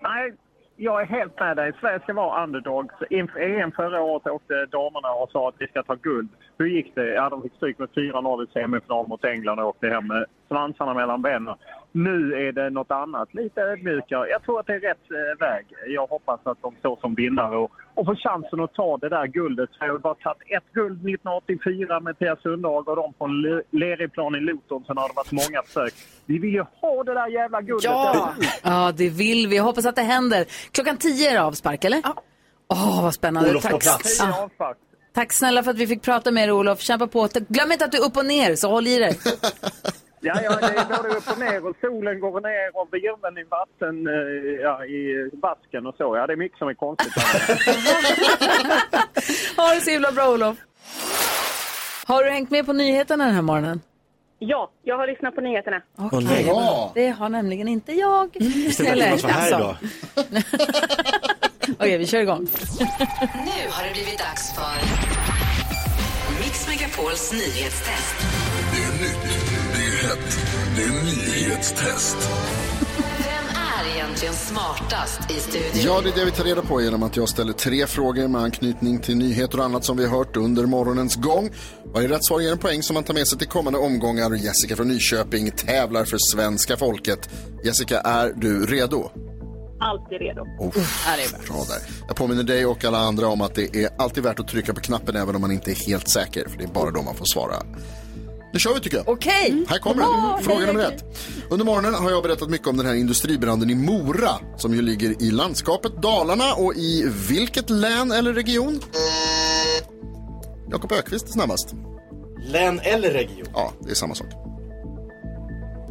[SPEAKER 14] Nej, jag är helt med dig. Sverige ska vara underdog. Så Inför EM förra året åkte damerna och sa att vi ska ta guld. Hur gick det? Ja, de fick stryk med 4-0 i semifinal mot England och åkte hem med svansarna mellan benen. Nu är det något annat, lite ödmjukare. Jag tror att det är rätt eh, väg. Jag hoppas att de står som vinnare och, och får chansen att ta det där guldet. Så jag har bara tagit ett guld 1984 med Mattias Sundhage och de på en le- lerig plan i Luton. Sen har det varit många försök. Vi vill ju ha det där jävla guldet!
[SPEAKER 1] Ja, ja det vill vi. Hoppas att det händer. Klockan 10 är det avspark, eller? Ja. Åh, vad spännande.
[SPEAKER 14] Olof på
[SPEAKER 1] Tack.
[SPEAKER 14] plats.
[SPEAKER 1] Ja. Tack snälla för att vi fick prata med dig, Olof. Kämpa på. Ta- Glöm inte att du är upp och ner, så håll i dig.
[SPEAKER 14] Ja, ja, det är både upp och ner och solen går ner och värmen i vatten, eh, ja, i vasken och så. Ja, det är mycket som är konstigt.
[SPEAKER 1] ha det så himla bra, Olof. Har du hängt med på nyheterna den här morgonen?
[SPEAKER 16] Ja, jag har lyssnat på nyheterna.
[SPEAKER 1] Okej. Det har nämligen inte jag.
[SPEAKER 2] Mm,
[SPEAKER 1] alltså. Okej, vi kör igång.
[SPEAKER 7] Nu har det blivit dags för Mix Megapols nyhetstest.
[SPEAKER 17] Det är nytt, det är hett, det är nyhetstest.
[SPEAKER 7] Vem är egentligen smartast i studion?
[SPEAKER 2] Ja, det är det vi tar reda på genom att jag ställer tre frågor med anknytning till nyheter och annat som vi har hört under morgonens gång. Varje rätt svar ger en poäng som man tar med sig till kommande omgångar och Jessica från Nyköping tävlar för svenska folket. Jessica, är du redo?
[SPEAKER 16] Alltid redo.
[SPEAKER 2] Uff, bra där. Jag påminner dig och alla andra om att det är alltid värt att trycka på knappen även om man inte är helt säker, för det är bara då man får svara. Nu kör vi tycker jag.
[SPEAKER 1] Okej.
[SPEAKER 16] Mm.
[SPEAKER 2] Här kommer den. Fråga nummer ett. Under morgonen har jag berättat mycket om den här industribranden i Mora som ju ligger i landskapet Dalarna och i vilket län eller region? Jakob Ökvist är snabbast.
[SPEAKER 4] Län eller region?
[SPEAKER 2] Ja, det är samma sak.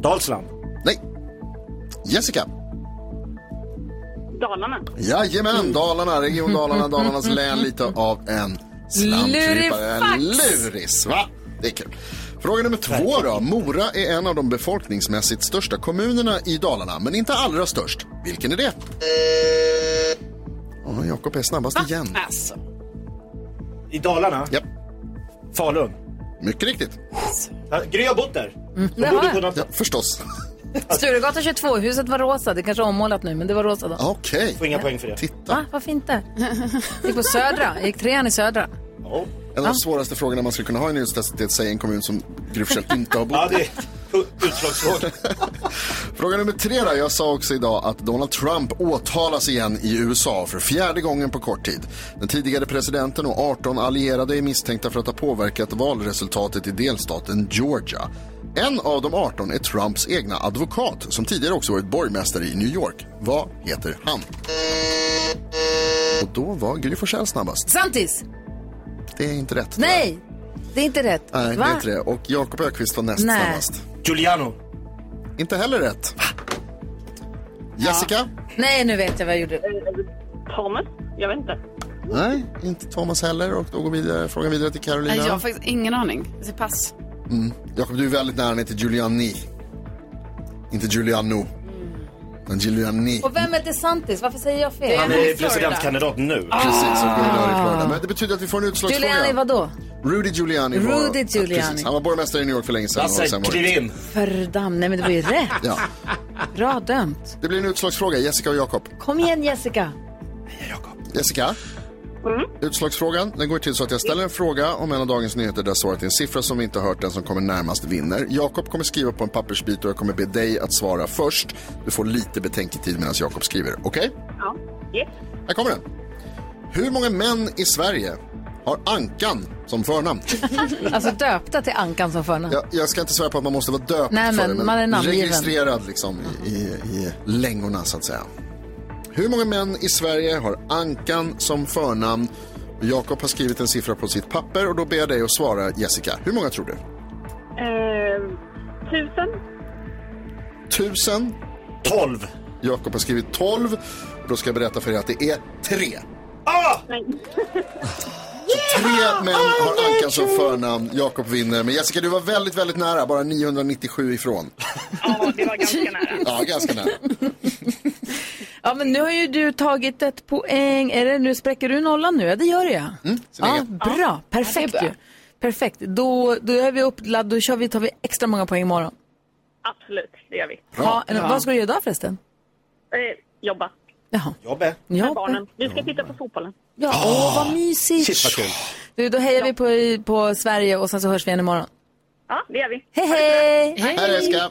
[SPEAKER 4] Dalsland?
[SPEAKER 2] Nej. Jessica?
[SPEAKER 16] Dalarna.
[SPEAKER 2] Jajamän, Dalarna, Region Dalarna, Dalarnas län, lite av en slamkrypare.
[SPEAKER 16] Lurifax!
[SPEAKER 2] En luris, va? Det är kul. Fråga nummer två då. Mora är en av de befolkningsmässigt största kommunerna i Dalarna, men inte allra störst. Vilken är det? Ja, Jakob är snabbast igen.
[SPEAKER 3] Alltså.
[SPEAKER 4] I Dalarna?
[SPEAKER 2] Japp.
[SPEAKER 4] Falun?
[SPEAKER 2] Mycket riktigt.
[SPEAKER 4] Ja, Gry har bott där.
[SPEAKER 1] Det har jag.
[SPEAKER 2] Ja, förstås.
[SPEAKER 1] Sturegatan 22, huset var rosa. Det kanske är ommålat nu, men det var rosa då.
[SPEAKER 2] Okej.
[SPEAKER 4] Får inga poäng för det.
[SPEAKER 1] Va? Varför inte? Gick på Södra. Gick trean i Södra.
[SPEAKER 2] En av de svåraste frågorna man skulle kunna ha i en nyhetstest är att säga en kommun som Gry Forssell inte har bott i.
[SPEAKER 4] Utslagsfråga.
[SPEAKER 2] Fråga nummer tre då. Jag sa också idag att Donald Trump åtalas igen i USA för fjärde gången på kort tid. Den tidigare presidenten och 18 allierade är misstänkta för att ha påverkat valresultatet i delstaten Georgia. En av de 18 är Trumps egna advokat som tidigare också varit borgmästare i New York. Vad heter han? Och då var Gry Forssell snabbast.
[SPEAKER 1] Santis!
[SPEAKER 2] Det är inte rätt.
[SPEAKER 1] Nej! Det är inte rätt.
[SPEAKER 2] Nej, det
[SPEAKER 1] Va?
[SPEAKER 2] är inte det. Och Jakob Ökvist var näst
[SPEAKER 1] Nej.
[SPEAKER 2] snabbast. Giuliano. Inte heller rätt. Jessica?
[SPEAKER 1] Nej, nu vet jag vad jag gjorde.
[SPEAKER 16] Thomas? Eh, Jag vet inte.
[SPEAKER 2] Nej, inte Thomas heller. Och då går vidare, frågan vidare till Carolina.
[SPEAKER 3] Nej, jag har faktiskt ingen aning. Jag säger pass.
[SPEAKER 2] mm. Jakob, du är väldigt nära ner till Giuliani. Inte Giuliano. Men Giuliani.
[SPEAKER 1] Och vem är DeSantis? Varför säger jag fel?
[SPEAKER 2] Han är presidentkandidat
[SPEAKER 4] nu.
[SPEAKER 2] Precis, som Gunnar i Florida. Men det betyder att vi får en utslagsfråga.
[SPEAKER 1] Giuliani vadå?
[SPEAKER 2] Rudy Giuliani. var-
[SPEAKER 1] Rudy
[SPEAKER 2] Ja,
[SPEAKER 1] Giuliani.
[SPEAKER 2] precis. Han var borgmästare i New York för länge sedan.
[SPEAKER 4] Lasse,
[SPEAKER 2] och sen var det-
[SPEAKER 4] kliv in.
[SPEAKER 1] Fördam, nej men det var ju rätt.
[SPEAKER 2] Ja.
[SPEAKER 1] Bra dömt.
[SPEAKER 2] Det blir en utslagsfråga, Jessica och Jakob.
[SPEAKER 1] Kom igen Jessica.
[SPEAKER 2] Jessica? Utslagsfrågan den går till så att jag ställer en fråga om en av dagens nyheter där svaret är en siffra som vi inte har hört. Den som kommer närmast vinner. Jakob kommer skriva på en pappersbit och jag kommer be dig att svara först. Du får lite betänketid medan Jakob skriver. Okej?
[SPEAKER 16] Ja. Yes.
[SPEAKER 2] Här kommer den. Hur många män i Sverige har Ankan som förnamn?
[SPEAKER 1] Alltså döpta till Ankan som förnamn.
[SPEAKER 2] Jag, jag ska inte svära på att man måste vara döpt
[SPEAKER 1] Nej,
[SPEAKER 2] för
[SPEAKER 1] men
[SPEAKER 2] det,
[SPEAKER 1] man är namngiven.
[SPEAKER 2] registrerad liksom i, i, i längorna så att säga. Hur många män i Sverige har Ankan som förnamn? Jakob har skrivit en siffra på sitt papper och då ber jag dig att svara Jessica. Hur många tror du?
[SPEAKER 16] Eh, tusen?
[SPEAKER 2] Tusen? Tolv. Jakob har skrivit tolv. Då ska jag berätta för er att det är tre.
[SPEAKER 16] Ah!
[SPEAKER 2] Tre män har Ankan som förnamn. Jakob vinner. Men Jessica, du var väldigt, väldigt nära. Bara 997 ifrån. Ja, ganska nära.
[SPEAKER 1] Ja, men nu har ju du tagit ett poäng. Är det, nu spräcker du nollan nu? Ja, det gör jag.
[SPEAKER 2] Mm, sin
[SPEAKER 1] Ja,
[SPEAKER 2] egen.
[SPEAKER 1] bra. Perfekt ju. Perfekt. Då, då, är vi uppladd, då kör vi, tar vi extra många poäng imorgon.
[SPEAKER 16] Absolut, det gör vi.
[SPEAKER 1] Ha, en- Vad ska du göra idag förresten?
[SPEAKER 16] Eh, jobba.
[SPEAKER 4] Jobbe.
[SPEAKER 16] Med barnen. Vi ska titta på fotbollen.
[SPEAKER 1] Ja, åh, vad mysigt.
[SPEAKER 4] Ah, Shit, vad kul.
[SPEAKER 1] Du, då hejar vi på, på Sverige och sen så hörs vi igen imorgon.
[SPEAKER 16] Ja, det gör vi.
[SPEAKER 1] Hej, hej!
[SPEAKER 16] Hej. Hej, Jessica.